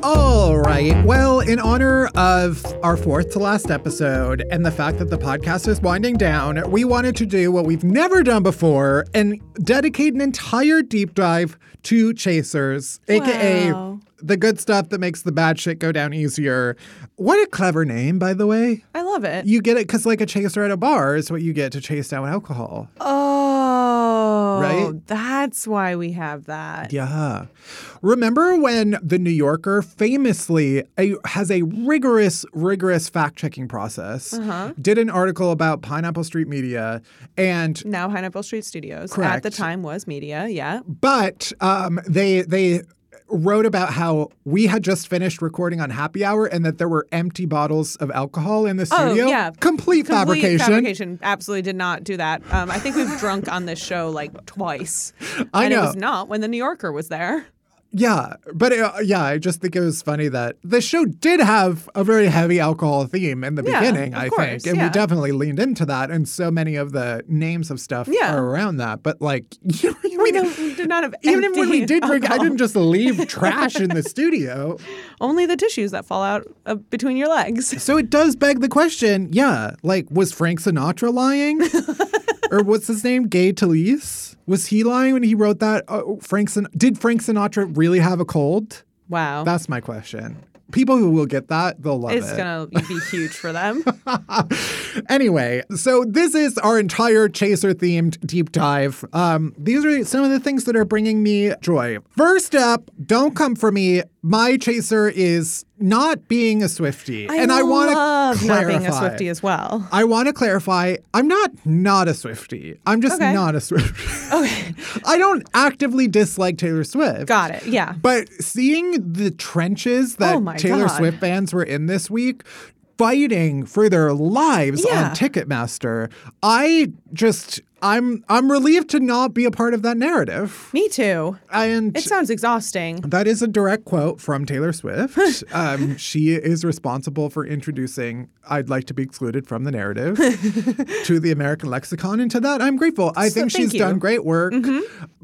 All right. Well, in honor of our fourth to last episode and the fact that the podcast is winding down, we wanted to do what we've never done before and dedicate an entire deep dive to chasers, aka
Wow.
the good stuff that makes the bad shit go down easier. What a clever name, by the way.
I love it.
You get it because, like, a chaser at a bar is what you get to chase down alcohol.
oh,
Right?
That's why we have that.
Yeah. Remember when the New Yorker famously a, has a rigorous, rigorous fact checking process, did an article about Pineapple Street Media, and
Now Pineapple Street Studios at the
Correct.
time was media. Yeah.
but um, they they wrote about how we had just finished recording on happy hour and that there were empty bottles of alcohol in the studio.
Oh yeah,
Complete, fabrication.
fabrication. Absolutely did not do that. Um, I think we've drunk on this show like twice.
I
and
know.
It was not when the New Yorker was there.
Yeah, but uh, yeah, I just think it was funny that the show did have a very heavy alcohol theme in the
Yeah,
beginning,
of
I
course,
think. And we
yeah.
definitely leaned into that. And so many of the names of stuff
Yeah.
are around that. But like, you know,
We
we-
don't, we did not have
even
empty
when we did drink, I
alcohol.
didn't just leave trash in the studio.
Only the tissues that fall out uh, between your legs.
So it does beg the question yeah, like, was Frank Sinatra lying? or what's his name? Gay Talese? Was he lying when he wrote that? Uh, Frank Sin- did Frank Sinatra really have a cold?
Wow.
That's my question. People who will get that, they'll love
it's
it.
gonna be huge for them.
Anyway, so this is our entire chaser themed deep dive. Um, these are some of the things that are bringing me joy. First up, don't come for me. My chaser is not being a Swifty, and I want
love
to
not
clarify.
being a Swifty as well.
I want to clarify. I'm not not a Swifty. I'm just
Okay.
not a Swifty. okay. I don't actively dislike Taylor Swift.
Got it. Yeah.
But seeing the trenches that
Oh my
Taylor
God.
Swift fans were in this week fighting for their lives on
Yeah.
Ticketmaster. I just I'm I'm relieved to not be a part of that narrative.
Me too.
And
it sounds exhausting.
That is a direct quote from Taylor Swift. um, she is responsible for introducing "I'd like to be excluded from the narrative" to the American lexicon, and to that I'm grateful. I
So
think
thank
she's
you. Mm-hmm.
done great work,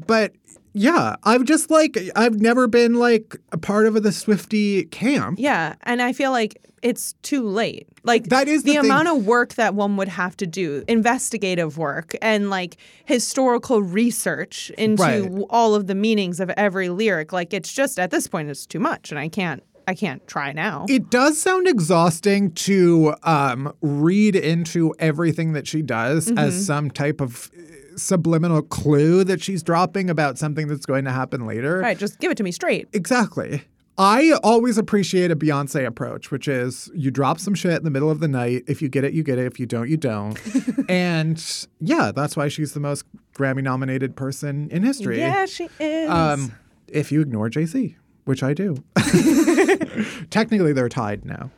but. Yeah, I've just like I've never been like a part of the Swifty camp.
Yeah, and I feel like it's too late. Like
That is the thing.
amount of work that one would have to do, investigative work and like historical research into
Right.
w- all of the meanings of every lyric. Like it's just at this point it's too much and I can't I can't try now.
It does sound exhausting to um, read into everything that she does
Mhm.
as some type of uh, subliminal clue that she's dropping about something that's going to happen later.
Right, just give it to me straight.
Exactly. I always appreciate a Beyonce approach, which is you drop some shit in the middle of the night. If you get it, you get it. If you don't, you don't. and yeah, that's why she's the most Grammy nominated person in history.
Yeah, she is.
Um, if you ignore JC, which I do. Technically, they're tied now.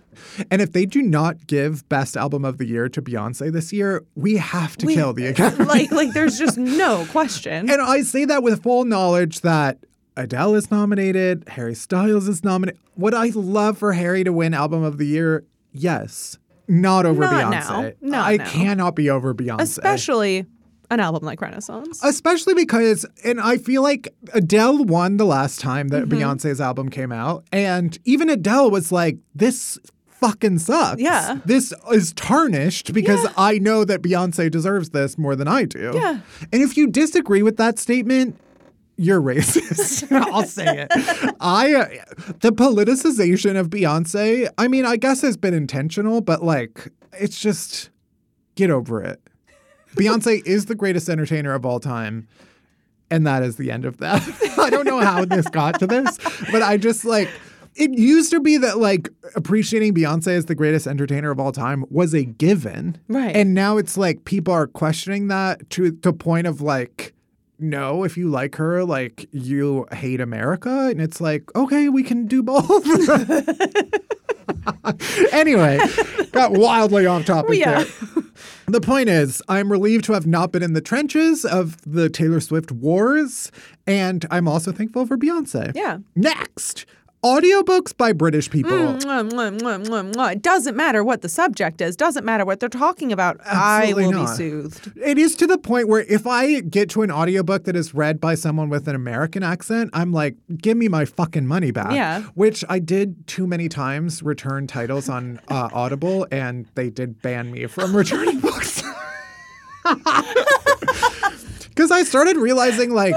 And if they do not give Best Album of the Year to Beyonce this year, we have to
We-
kill the Academy.
like like there's just no question.
and I say that with full knowledge that Adele is nominated, Harry Styles is nominated. Would I love for Harry to win Album of the Year? Yes. Not over
Not
Beyonce.
now. Not
I
now.
cannot be over Beyonce.
Especially an album like Renaissance.
Especially because, and I feel like Adele won the last time that
Mm-hmm.
Beyonce's album came out. And even Adele was like, this fucking sucks.
Yeah.
This is tarnished because I know that Beyonce deserves this more than I do.
Yeah.
And if you disagree with that statement, you're racist. I'll say it. I uh, the politicization of Beyonce, I mean, I guess has been intentional, but like it's just get over it. Beyonce is the greatest entertainer of all time. And that is the end of that. I don't know how this got to this, but I just like it used to be that like appreciating Beyonce as the greatest entertainer of all time was a given.
Right.
And now it's like people are questioning that to the point of like no, if you like her, like you hate America. And it's like, okay, we can do both. anyway, got wildly off topic
Yeah.
there. The point is, I'm relieved to have not been in the trenches of the Taylor Swift wars, and I'm also thankful for Beyonce.
Yeah.
Next, audiobooks by British people.
Mm, mwah, mwah, mwah, mwah, mwah. It doesn't matter what the subject is, doesn't matter what they're talking about.
Absolutely
I will be
not.
soothed.
It is to the point where if I get to an audiobook that is read by someone with an American accent, I'm like, give me my fucking money back.
Yeah.
Which I did too many times return titles on uh, Audible, and they did ban me from returning books. Because I started realizing, like,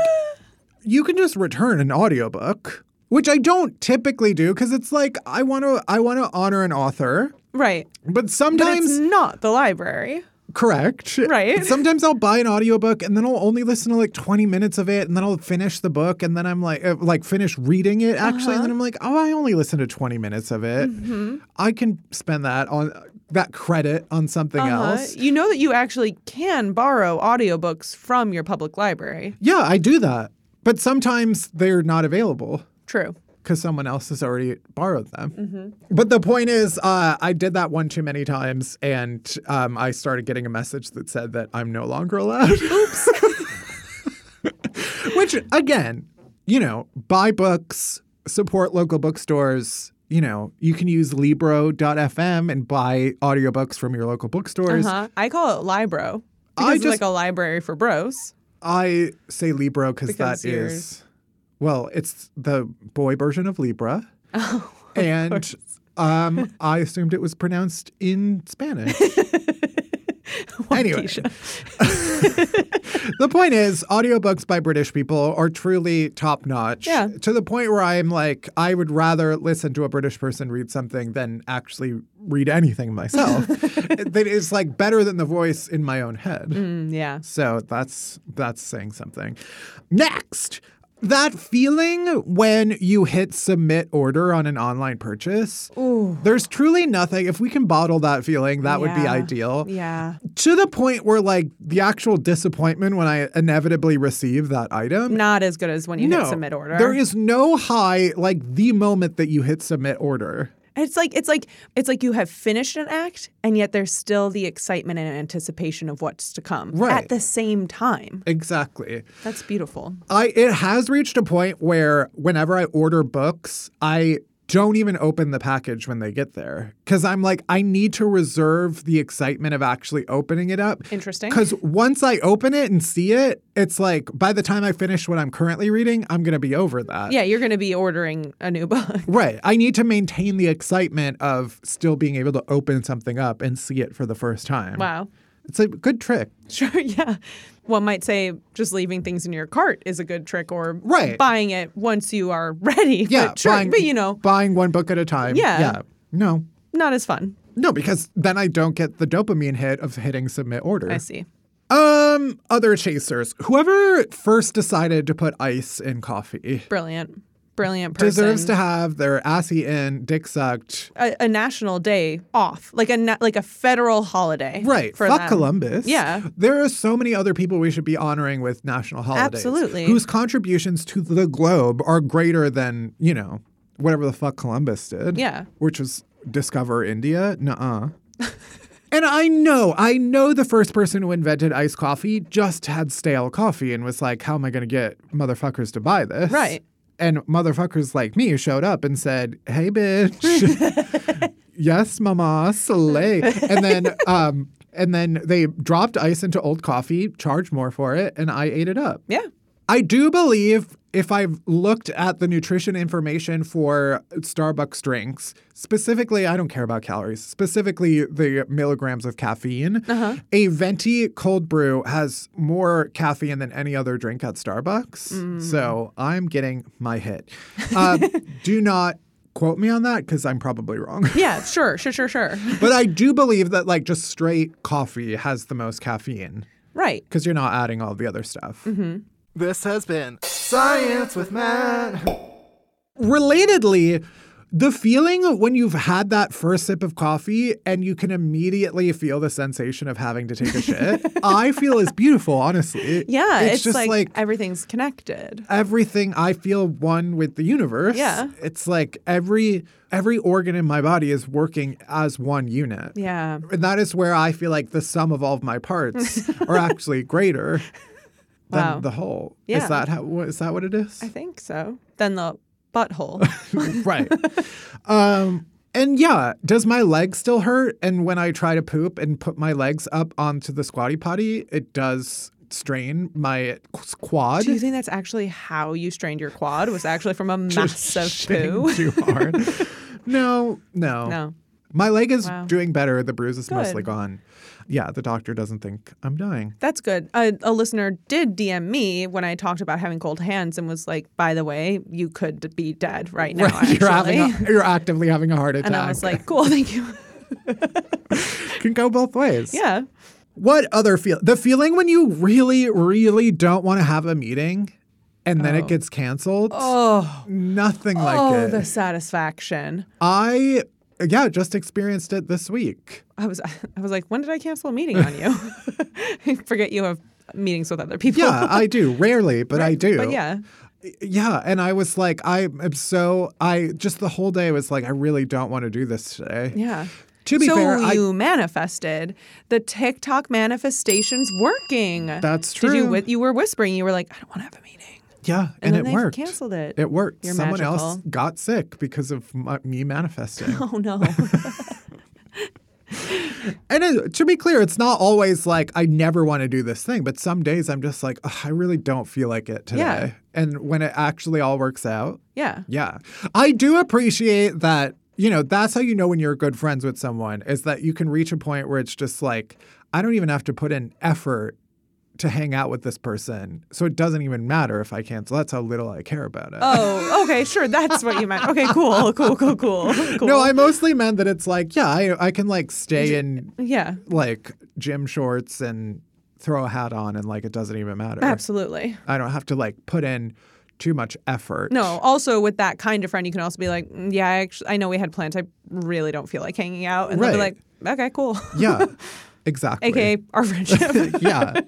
you can just return an audiobook. Which I don't typically do because it's like I want to I want to honor an author,
Right.
but
But
sometimes
it's not the library.
Correct.
Right.
Sometimes I'll buy an audiobook and then I'll only listen to like 20 minutes of it and then I'll finish the book and then I'm like, uh, like finish reading it actually.
Uh-huh.
And then I'm like, oh, I only listened to 20 minutes of it.
Mm-hmm.
I can spend that on that credit on something
Uh-huh.
else.
You know that you actually can borrow audiobooks from your public library.
Yeah, I do that. But sometimes they're not available.
True.
because someone else has already borrowed them.
Mm-hmm.
But the point is, uh, I did that one too many times, and um, I started getting a message that said that I'm no longer allowed. Oops. Which, again, you know, buy books, support local bookstores. You know, you can use Libro.fm and buy audiobooks from your local bookstores.
Uh-huh. I call it Libro. Because
I
it's
just-
like a library for bros.
I say Libro because
Because
that
you're-
is, well, it's the boy version of Libra.
Oh,
and um, I assumed it was pronounced in Spanish. anyway, the point is, audiobooks by British people are truly top notch.
Yeah.
To the point where I'm like, I would rather listen to a British person read something than actually read anything myself. that is like better than the voice in my own head.
Mm, yeah.
So that's that's saying something. Next, that feeling when you hit submit order on an online purchase. There's truly nothing. If we can bottle that feeling, that would be
Yeah.
ideal.
Yeah.
To the point where like the actual disappointment when I inevitably receive that item.
Not as good as when you
no,
hit submit order.
There is no high like the moment that you hit submit order.
And it's like it's like it's like you have finished an act and yet there's still the excitement and anticipation of what's to come
Right.
at the same time.
Exactly.
That's beautiful.
I it has reached a point where whenever I order books, I don't even open the package when they get there cuz I'm like I need to reserve the excitement of actually opening it up.
Interesting.
Cuz once I open it and see it, it's like by the time I finish what I'm currently reading, I'm going to be over that.
yeah, you're going to be ordering a new book.
Right. I need to maintain the excitement of still being able to open something up and see it for the first time.
Wow.
It's a good trick.
Sure, yeah. One might say just leaving things in your cart is a good trick or
Right.
buying it once you are ready.
Yeah,
but, sure,
buying-
but you know,
Buying one book at a time.
Yeah.
Yeah. No.
not as fun.
No, because then I don't get the dopamine hit of hitting submit order.
I see.
Um, other chasers. Whoever first decided to put ice in coffee
Brilliant. Brilliant person.
deserves to have their ass eaten, dick sucked.
a, a national day off, like a na- like a federal holiday.
Right.
For
Fuck
them.
Columbus.
Yeah.
There are so many other people we should be honoring with national holidays.
Absolutely.
Whose contributions to the globe are greater than, you know, whatever the fuck Columbus did.
Yeah.
Which was discover India. Nuh uh. and I know, I know the first person who invented iced coffee just had stale coffee and was like, how am I going to get motherfuckers to buy this?
Right.
And motherfuckers like me showed up and said, hey, bitch. yes, mama, slay. And then um and then they dropped ice into old coffee, charged more for it, and I ate it up.
Yeah.
I do believe if I've looked at the nutrition information for Starbucks drinks, specifically, I don't care about calories, specifically the milligrams of caffeine, a venti cold brew has more caffeine than any other drink at Starbucks. So I'm getting my hit. Uh, do not quote me on that because I'm probably wrong.
Yeah. Sure. Sure. Sure. Sure.
But I do believe that like just straight coffee has the most caffeine
right.
because you're not adding all the other stuff.
Mm-hmm.
This has been Science with Matt.
Relatedly, the feeling when you've had that first sip of coffee and you can immediately feel the sensation of having to take a shit, I feel is beautiful, honestly.
Yeah. It's,
It's, just
like,
like,
everything's connected.
everything I feel one with the universe.
Yeah.
It's like every every organ in my body is working as one unit.
Yeah.
And that is where I feel like the sum of all of my parts are actually greater than
Wow.
the whole.
Yeah.
Is that how wha- is that what it is?
I think so. Then the butthole.
right. Um and yeah, does my leg still hurt? And when I try to poop and put my legs up onto the squatty potty, it does strain my qu- quad.
Do you think that's actually how you strained your quad? Was actually from a massive
shitting
poo?
too hard. no, no.
No.
My leg is
Wow.
doing better. The bruise is mostly
Good.
gone. Yeah, the doctor doesn't think I'm dying.
That's good. A, a listener did DM me when I talked about having cold hands and was like, "By the way, you could be dead right now."
Right, you're having
actually."
a, you're actively having a heart attack.
and I was like, "Cool, thank you."
can go both ways.
Yeah.
What other feel? The feeling when you really, really don't want to have a meeting, and then it gets canceled.
Oh.
nothing like
oh,
it.
the satisfaction.
I yeah, just experienced it this week.
I was I was like, when did I cancel a meeting on you? I forget you have meetings with other people.
Yeah, I do rarely, but I do.
But yeah.
Yeah, and I was like, I am so I just the whole day was like, I really don't want to do this today.
Yeah.
To be
so
fair, I-
you manifested the TikTok manifestations working.
That's
Did you
true.
whi- you were whispering, you were like, I don't want to have a meeting.
Yeah, and,
And then
it
they
worked.
canceled it.
It worked.
You're
Someone else
magical.
got sick because of my, me manifesting.
Oh no.
and it, to be clear, it's not always like I never want to do this thing, but some days I'm just like, "Ugh, I really don't feel like it today.
Yeah.
And when it actually all works out,
yeah.
Yeah. I do appreciate that, you know, that's how you know when you're good friends with someone is that you can reach a point where it's just like, I don't even have to put in effort to hang out with this person. So it doesn't even matter if I cancel. That's how little I care about it.
Oh, okay, sure. That's what you meant. Okay, cool, cool, cool, cool. cool.
No, I mostly meant that it's like, yeah, I, I can like stay in
Yeah.
like gym shorts and throw a hat on and like it doesn't even matter.
Absolutely.
I don't have to like put in too much effort.
No. Also, with that kind of friend, you can also be like, "Mm, "Yeah, I actually, I know we had plans. I really don't feel like hanging out," and they'll be
Right.
like, "Okay, cool."
Yeah, exactly.
AKA our friendship.
yeah.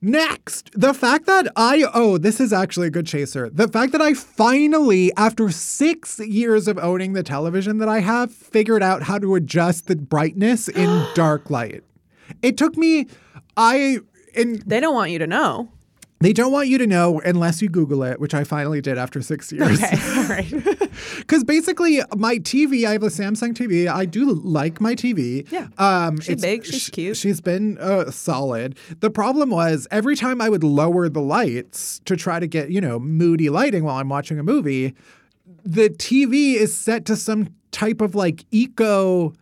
Next, the fact that I, oh, this is actually a good chaser. The fact that I finally, after six years of owning the television that I have, figured out how to adjust the brightness in dark light. It took me, I, and
they don't want you to know.
They don't want you to know unless you Google it, which I finally did after six years.
Okay, all right.
Because basically, my TV, I have a Samsung TV. I do like my TV.
Yeah.
Um,
She's big, she's
sh- cute. She's been uh, solid. The problem was every time I would lower the lights to try to get, you know, moody lighting while I'm watching a movie, the TV is set to some type of like eco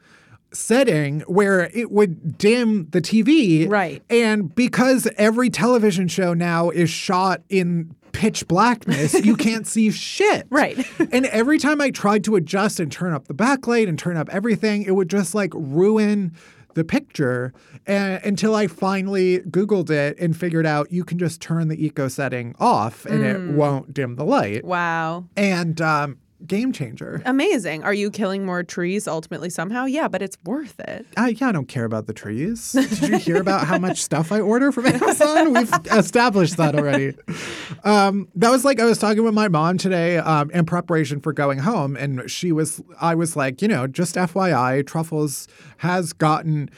setting where it would dim the TV.
Right.
And because every television show now is shot in pitch blackness, you can't see shit.
Right.
and every time I tried to adjust and turn up the backlight and turn up everything, it would just like ruin the picture and, until I finally Googled it and figured out you can just turn the eco setting off and it
Mm.
won't dim the light.
Wow.
And um, game changer.
Amazing. Are you killing more trees ultimately somehow? Yeah, but it's worth it.
I, yeah, I don't care about the trees. Did you hear about how much stuff I order from Amazon? We've established that already. Um, that was like I was talking with my mom today um, in preparation for going home, and she was, I was like, you know, just FYI, Truffles has gotten.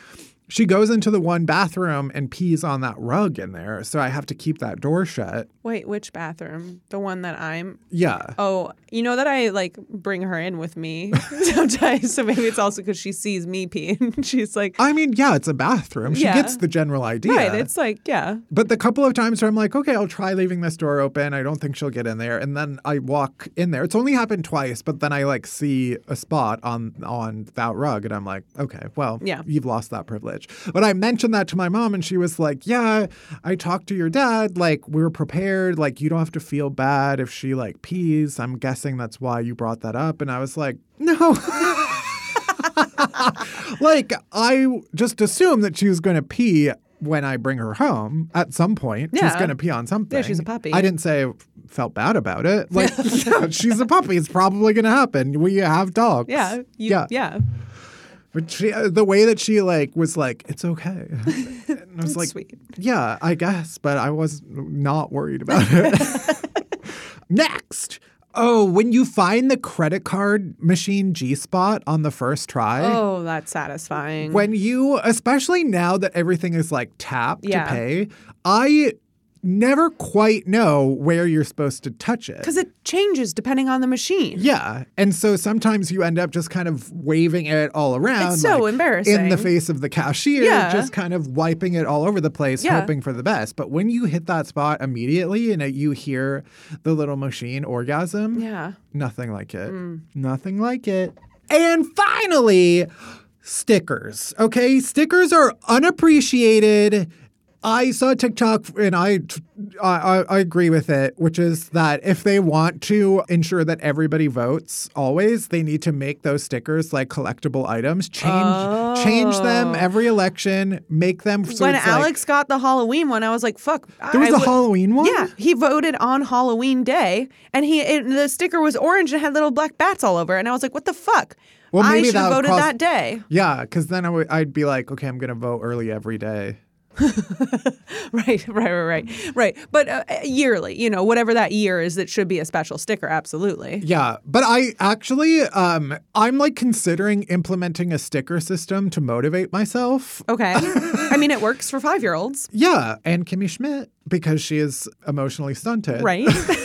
She goes into the one bathroom and pees on that rug in there, so I have to keep that door shut.
Wait, which bathroom? The one that I'm.
Yeah.
Oh, you know that I like bring her in with me sometimes. so maybe it's also because she sees me pee and she's like,
I mean, yeah, it's a bathroom. She
Yeah.
gets the general idea.
right. It's like, yeah.
But the couple of times where I'm like, okay, I'll try leaving this door open. I don't think she'll get in there. And then I walk in there. It's only happened twice, but then I like see a spot on on that rug and I'm like, okay, well,
Yeah.
you've lost that privilege. But I mentioned that to my mom and she was like, yeah, I talked to your dad. Like we were prepared. Like you don't have to feel bad if she like pees. I'm guessing that's why you brought that up. And I was like, no. like I just assumed that she was going to pee when I bring her home at some point. She's
Yeah.
going to pee on something.
she's a puppy.
I didn't say I felt bad about it. Like yeah, she's a puppy. It's probably going to happen. We have dogs.
Yeah. You,
yeah.
Yeah.
But she, uh, the way that she like was like, it's okay. And I was
That's
like,
sweet.
yeah, I guess, but I was not worried about it. Next. Oh, when you find the credit card machine G spot on the first try.
oh, that's satisfying.
When you, especially now that everything is like tap
Yeah.
to pay, I never quite know where you're supposed to touch it.
Because it changes depending on the machine.
Yeah. And so sometimes you end up just kind of waving it all around.
It's so
In the
embarrassing.
face of the cashier,
Yeah.
just kind of wiping it all over the place,
Yeah.
hoping for the best. But when you hit that spot immediately and uh, you hear the little machine orgasm,
Yeah. Mm.
nothing like it. Nothing like it. And finally, stickers. Okay, stickers are unappreciated. I saw TikTok and I, t- I I- I agree with it, which is that if they want to ensure that everybody votes always, they need to make those stickers like collectible items. Change change them every election. Make them so
Oh. when
it's like-
Alex got the Halloween one, I was like, "Fuck!"
There was
I
a Halloween one?
Yeah, he voted on Halloween day, and he it, the sticker was orange and had little black bats all over, it. and I was like, "What the fuck?"
Well,
I
maybe
should
that
have
would
voted
cross-
that day,
yeah, because then I w- I'd be like, okay, I'm gonna vote early every day.
right? Right? Right? Right? Right? But uh, yearly, you know, whatever that year is, it should be a special sticker. Absolutely.
Yeah, but I actually um I'm like considering implementing a sticker system to motivate myself.
Okay. I mean, it works for five year olds,
Yeah, and Kimmy Schmidt because she is emotionally stunted.
right?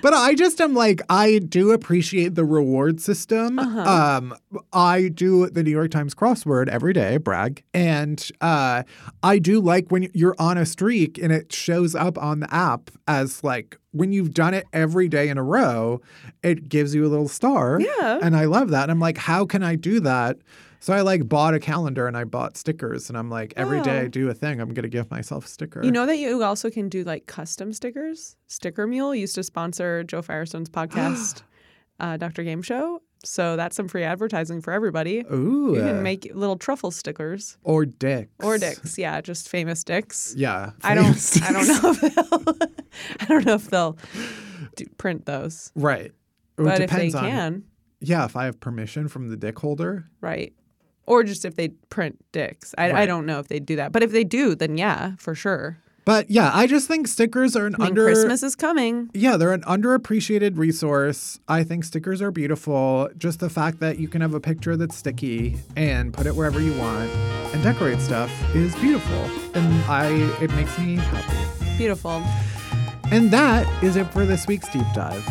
But I just am like I do appreciate the reward system.
Uh-huh.
Um I do the New York Times crossword every day, brag. And uh I do like when you're on a streak and it shows up on the app as like when you've done it every day in a row, it gives you a little star.
Yeah.
And I love that. And I'm like, how can I do that? So I like bought a calendar and I bought stickers and I'm like, every day
Wow.
I do a thing, I'm gonna give myself a sticker.
You know that you also can do like custom stickers. Sticker Mule used to sponsor Joe Firestone's podcast, uh, Dr. Game Show. So that's some free advertising for everybody.
Ooh.
You can make little truffle stickers
or dicks.
or dicks. Yeah, just famous dicks.
Yeah.
I don't. I don't know if they'll. I don't know if they'll do, print those.
Right. It
But if they
depends on-
can,
Yeah, if I have permission from the dick holder.
right? or just if they print dicks. I, I
Right.
don't know if they do that, but if they do, then yeah, for sure.
But yeah, I just think stickers are an
I mean,
under
Christmas is coming.
Yeah, they're an underappreciated resource. I think stickers are beautiful. Just the fact that you can have a picture that's sticky and put it wherever you want and decorate stuff is beautiful. And I it makes me happy.
Beautiful.
And that is it for this week's deep dive.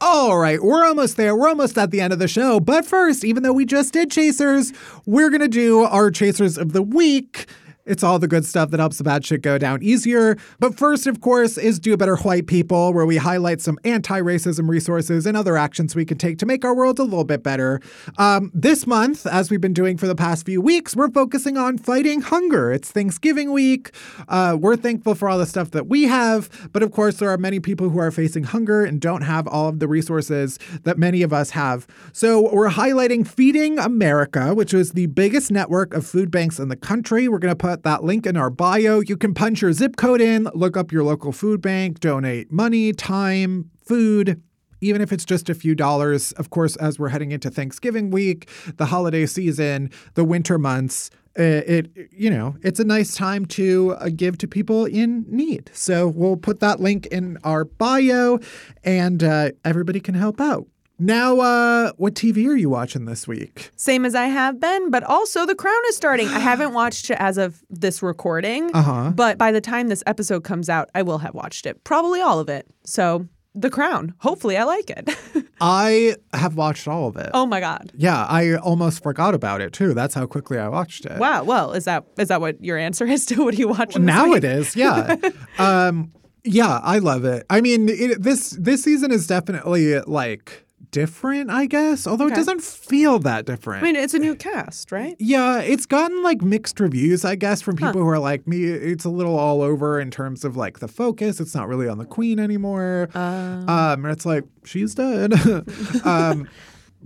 All right, we're almost there. We're almost at the end of the show. But first, even though we just did Chasers, we're going to do our Chasers of the Week. It's all the good stuff that helps the bad shit go down easier. But first, of course, is Do Better White People, where we highlight some anti racism resources and other actions we can take to make our world a little bit better. Um, this month, as we've been doing for the past few weeks, we're focusing on fighting hunger. It's Thanksgiving week. Uh, we're thankful for all the stuff that we have. But of course, there are many people who are facing hunger and don't have all of the resources that many of us have. So we're highlighting Feeding America, which is the biggest network of food banks in the country. We're going to put that link in our bio. You can punch your zip code in, look up your local food bank, donate money, time, food. Even if it's just a few dollars, of course, as we're heading into Thanksgiving week, the holiday season, the winter months, uh, it you know it's a nice time to uh, give to people in need so we'll put that link in our bio and uh, everybody can help out now uh, what tv are you watching this week
Same as I have been, but also The Crown is starting. I haven't watched it as of this recording,
Uh-huh.
but by the time this episode comes out, I will have watched it. Probably all of it. So, The Crown. Hopefully, I like it.
i have watched all of it
oh my god.
yeah i almost forgot about it too that's how quickly i watched it
Wow. Well, is that is that what your answer is to what are you watching? this
now
week?
it is yeah um yeah i love it i mean it, this this season is definitely like different i guess although it
Okay.
doesn't feel that different
I mean, it's a new cast, right?
Yeah, it's gotten like mixed reviews, I guess, from people who are like me. It's a little all over in terms of like the focus. It's not really on the queen anymore.
Oh.
Um, and it's like she's dead. um,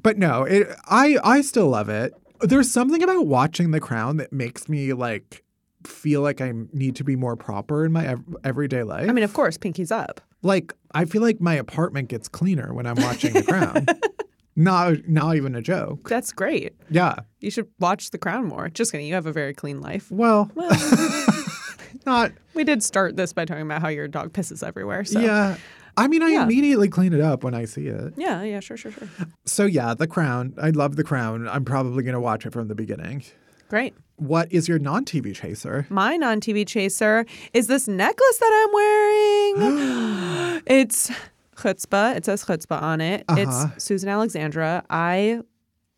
but no, it. I I still love it. There's something about watching The Crown that makes me like feel like I need to be more proper in my ev- everyday life.
I mean, of course, Pinky's up.
like I feel like my apartment gets cleaner when I'm watching The Crown. not not even a joke.
That's great.
Yeah.
You should watch The Crown more. Just kidding. You have a very clean life.
Well, not.
We did start this by talking about how your dog pisses everywhere. So.
Yeah. I mean, I
Yeah.
immediately clean it up when I see it.
Yeah. Yeah. Sure. Sure. Sure.
So, yeah, The Crown. I love The Crown. I'm probably going to watch it from the beginning.
Great.
What is your non TV chaser?
My non TV chaser is this necklace that I'm wearing. it's chutzpah. It says chutzpah on it.
Uh-huh.
It's Susan Alexandra. I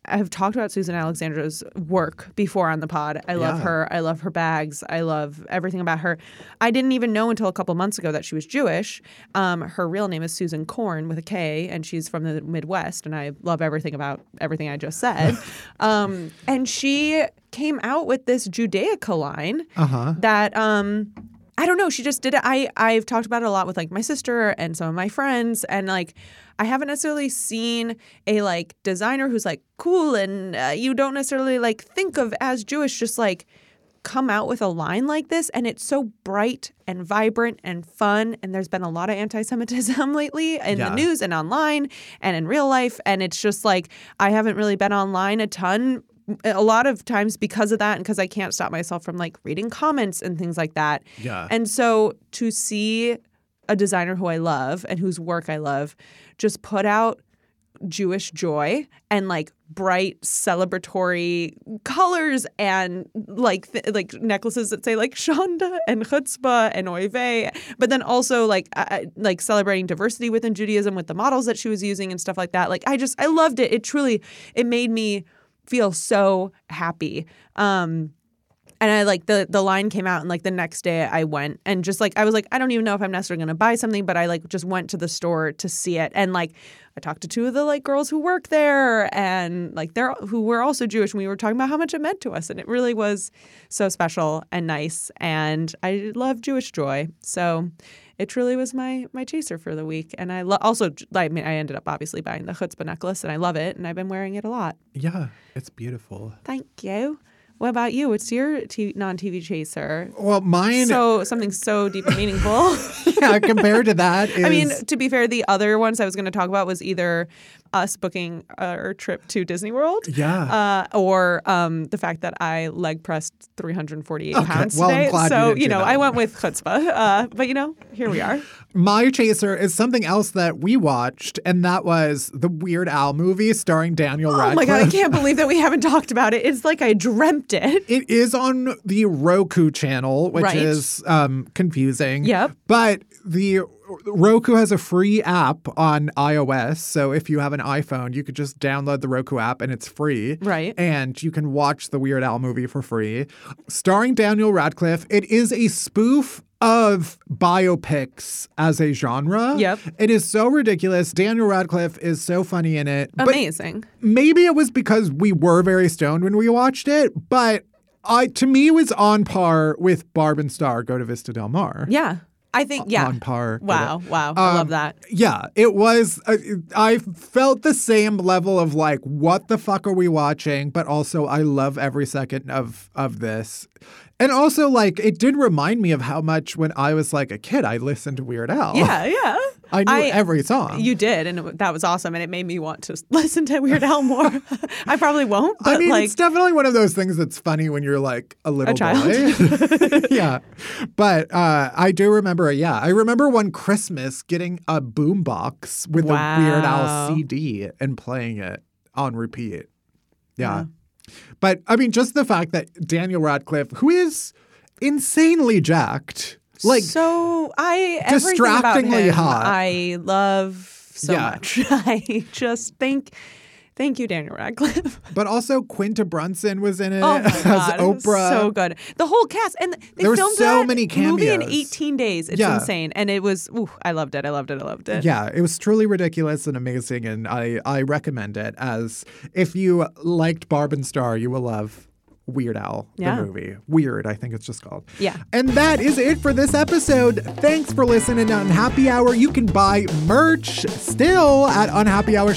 I have talked about Susan Alexandra's work before on the pod. I love
Yeah.
her. I love her bags. I love everything about her. I didn't even know until a couple months ago that she was Jewish. Um, her real name is Susan Korn with a K, and she's from the Midwest. And I love everything about everything I just said. um, and she came out with this Judaica line
Uh huh.
that um I don't know, she just did it. I I've talked about it a lot with like my sister and some of my friends and like I haven't necessarily seen a like designer who's like cool and uh, you don't necessarily like think of as Jewish just like come out with a line like this and it's so bright and vibrant and fun and there's been a lot of anti-semitism lately in
Yeah.
the news and online and in real life and it's just like i haven't really been online a ton a lot of times because of that and because i can't stop myself from like reading comments and things like that
Yeah.
and so to see a designer who i love and whose work i love just put out Jewish joy and like bright celebratory colors and like th- like necklaces that say like Shonda and Chutzpah and Oive, but then also like I- I, like celebrating diversity within Judaism with the models that she was using and stuff like that. Like I just I loved it. It truly it made me feel so happy. Um, and I like the the line came out and like the next day I went and just like I was like I don't even know if I'm necessarily gonna buy something but I like just went to the store to see it and like I talked to two of the like girls who work there and like they're who were also Jewish and we were talking about how much it meant to us and it really was so special and nice and I love Jewish joy so it truly was my my chaser for the week and I lo- also I mean I ended up obviously buying the chutzpah necklace and I love it and I've been wearing it a lot
Yeah, it's beautiful.
Thank you. What about you? What's your t- non-TV chaser?
Well, mine-
so something so deep and meaningful.
yeah, compared to that,
I mean,
is-
to be fair, the other ones I was going to talk about was either us booking our trip to Disney World.
Yeah.
Uh, or um, the fact that I leg pressed 348
Okay,
pounds
well, I'm
today.
glad you
so,
didn't do
know,
that
I went with chutzpah. Uh, but, you know, here we are.
My Chaser is something else that we watched, and that was the Weird Al movie starring Daniel
Oh
Radcliffe.
my God, I can't believe that we haven't talked about it. It's like I dreamt it.
It is on the Roku channel, which
Right.
is um, confusing.
Yep.
But the Roku has a free app on iOS, so if you have an iPhone, you could just download the Roku app and it's free.
Right.
And you can watch the Weird Al movie for free, starring Daniel Radcliffe. It is a spoof. Of biopics as a genre.
Yep.
It is so ridiculous. Daniel Radcliffe is so funny in it. but
Amazing.
maybe it was because we were very stoned when we watched it, but I to me it was on par with Barb and Star Go to Vista Del Mar.
Yeah. I think, yeah.
On par. with
Wow,
it.
wow. I love
Um,
that.
Yeah, it was. Uh, I felt the same level of like, what the fuck are we watching? But also, I love every second of of this. And also, like, it did remind me of how much when I was like a kid, I listened to Weird Al.
Yeah, yeah.
Oh. I knew every song.
You did, and it, w- that was awesome, and it made me want to s- listen to Weird Al more. I probably won't,
I
but
mean,
like,
it's definitely one of those things that's funny when you're like a little boy. yeah. But uh, I do remember, yeah, I remember one Christmas getting a boombox with a Weird
Wow.
Al CD and playing it on repeat. Yeah. But I mean, just the fact that Daniel Radcliffe, who is insanely jacked, like,
so I everything
distractingly
about him,
hot.
I love so
Yeah.
much. I just think, thank you, Daniel Radcliffe.
but also Quinta Brunson was in it
Oh my
as
God, it was
Oprah.
so good. The whole cast, and they
There were
filmed
so
that
many
movie in
cameos.
18 days. It's
Yeah.
insane, and it was. Ooh, I loved it. I loved it. I loved it.
Yeah, it was truly ridiculous and amazing, and I, I recommend it as if you liked Barb and Star, you will love Weird Al,
Yeah.
the movie. Weird, I think it's just called.
Yeah.
And that is it for this episode. Thanks for listening on Happy Hour. You can buy merch still at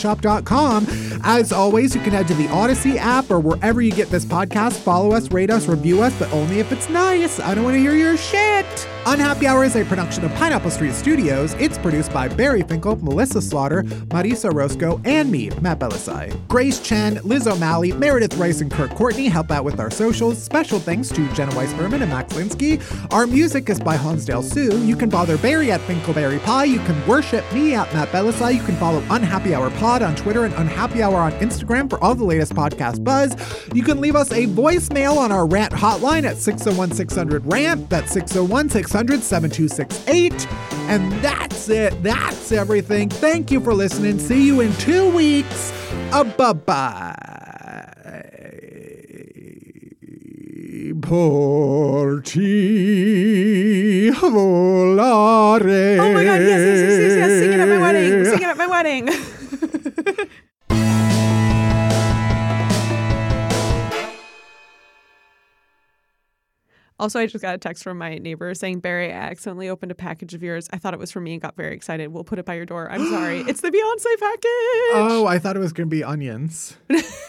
unhappyhourshop.com. As always, you can head to the Odyssey app or wherever you get this podcast. Follow us, rate us, review us, but only if it's nice. I don't want to hear your shit. Unhappy Hour is a production of Pineapple Street Studios. It's produced by Barry Finkel, Melissa Slaughter, Marisa Roscoe, and me, Matt Belisai. Grace Chen, Liz O'Malley, Meredith Rice, and Kirk Courtney help out with our socials. Special thanks to Jenna Weiss Berman and Max Linsky. Our music is by Hansdale Sue. You can bother Barry at Finkelberry Pie. You can worship me at Matt Belisai. You can follow Unhappy Hour Pod on Twitter and Unhappy Hour on Instagram for all the latest podcast buzz. You can leave us a voicemail on our rant hotline at 601 600 RAMP. That's 601 600 7268. And that's it. That's everything. Thank you for listening. See you in two weeks. Uh, bye bye. Porti volare.
Oh my God! Yes, yes, yes, yes, yes. Sing it at my wedding. Sing it at my wedding. Also, I just got a text from my neighbor saying, Barry, I accidentally opened a package of yours. I thought it was for me and got very excited. We'll put it by your door. I'm sorry. It's the Beyonce package.
Oh, I thought it was going to be onions.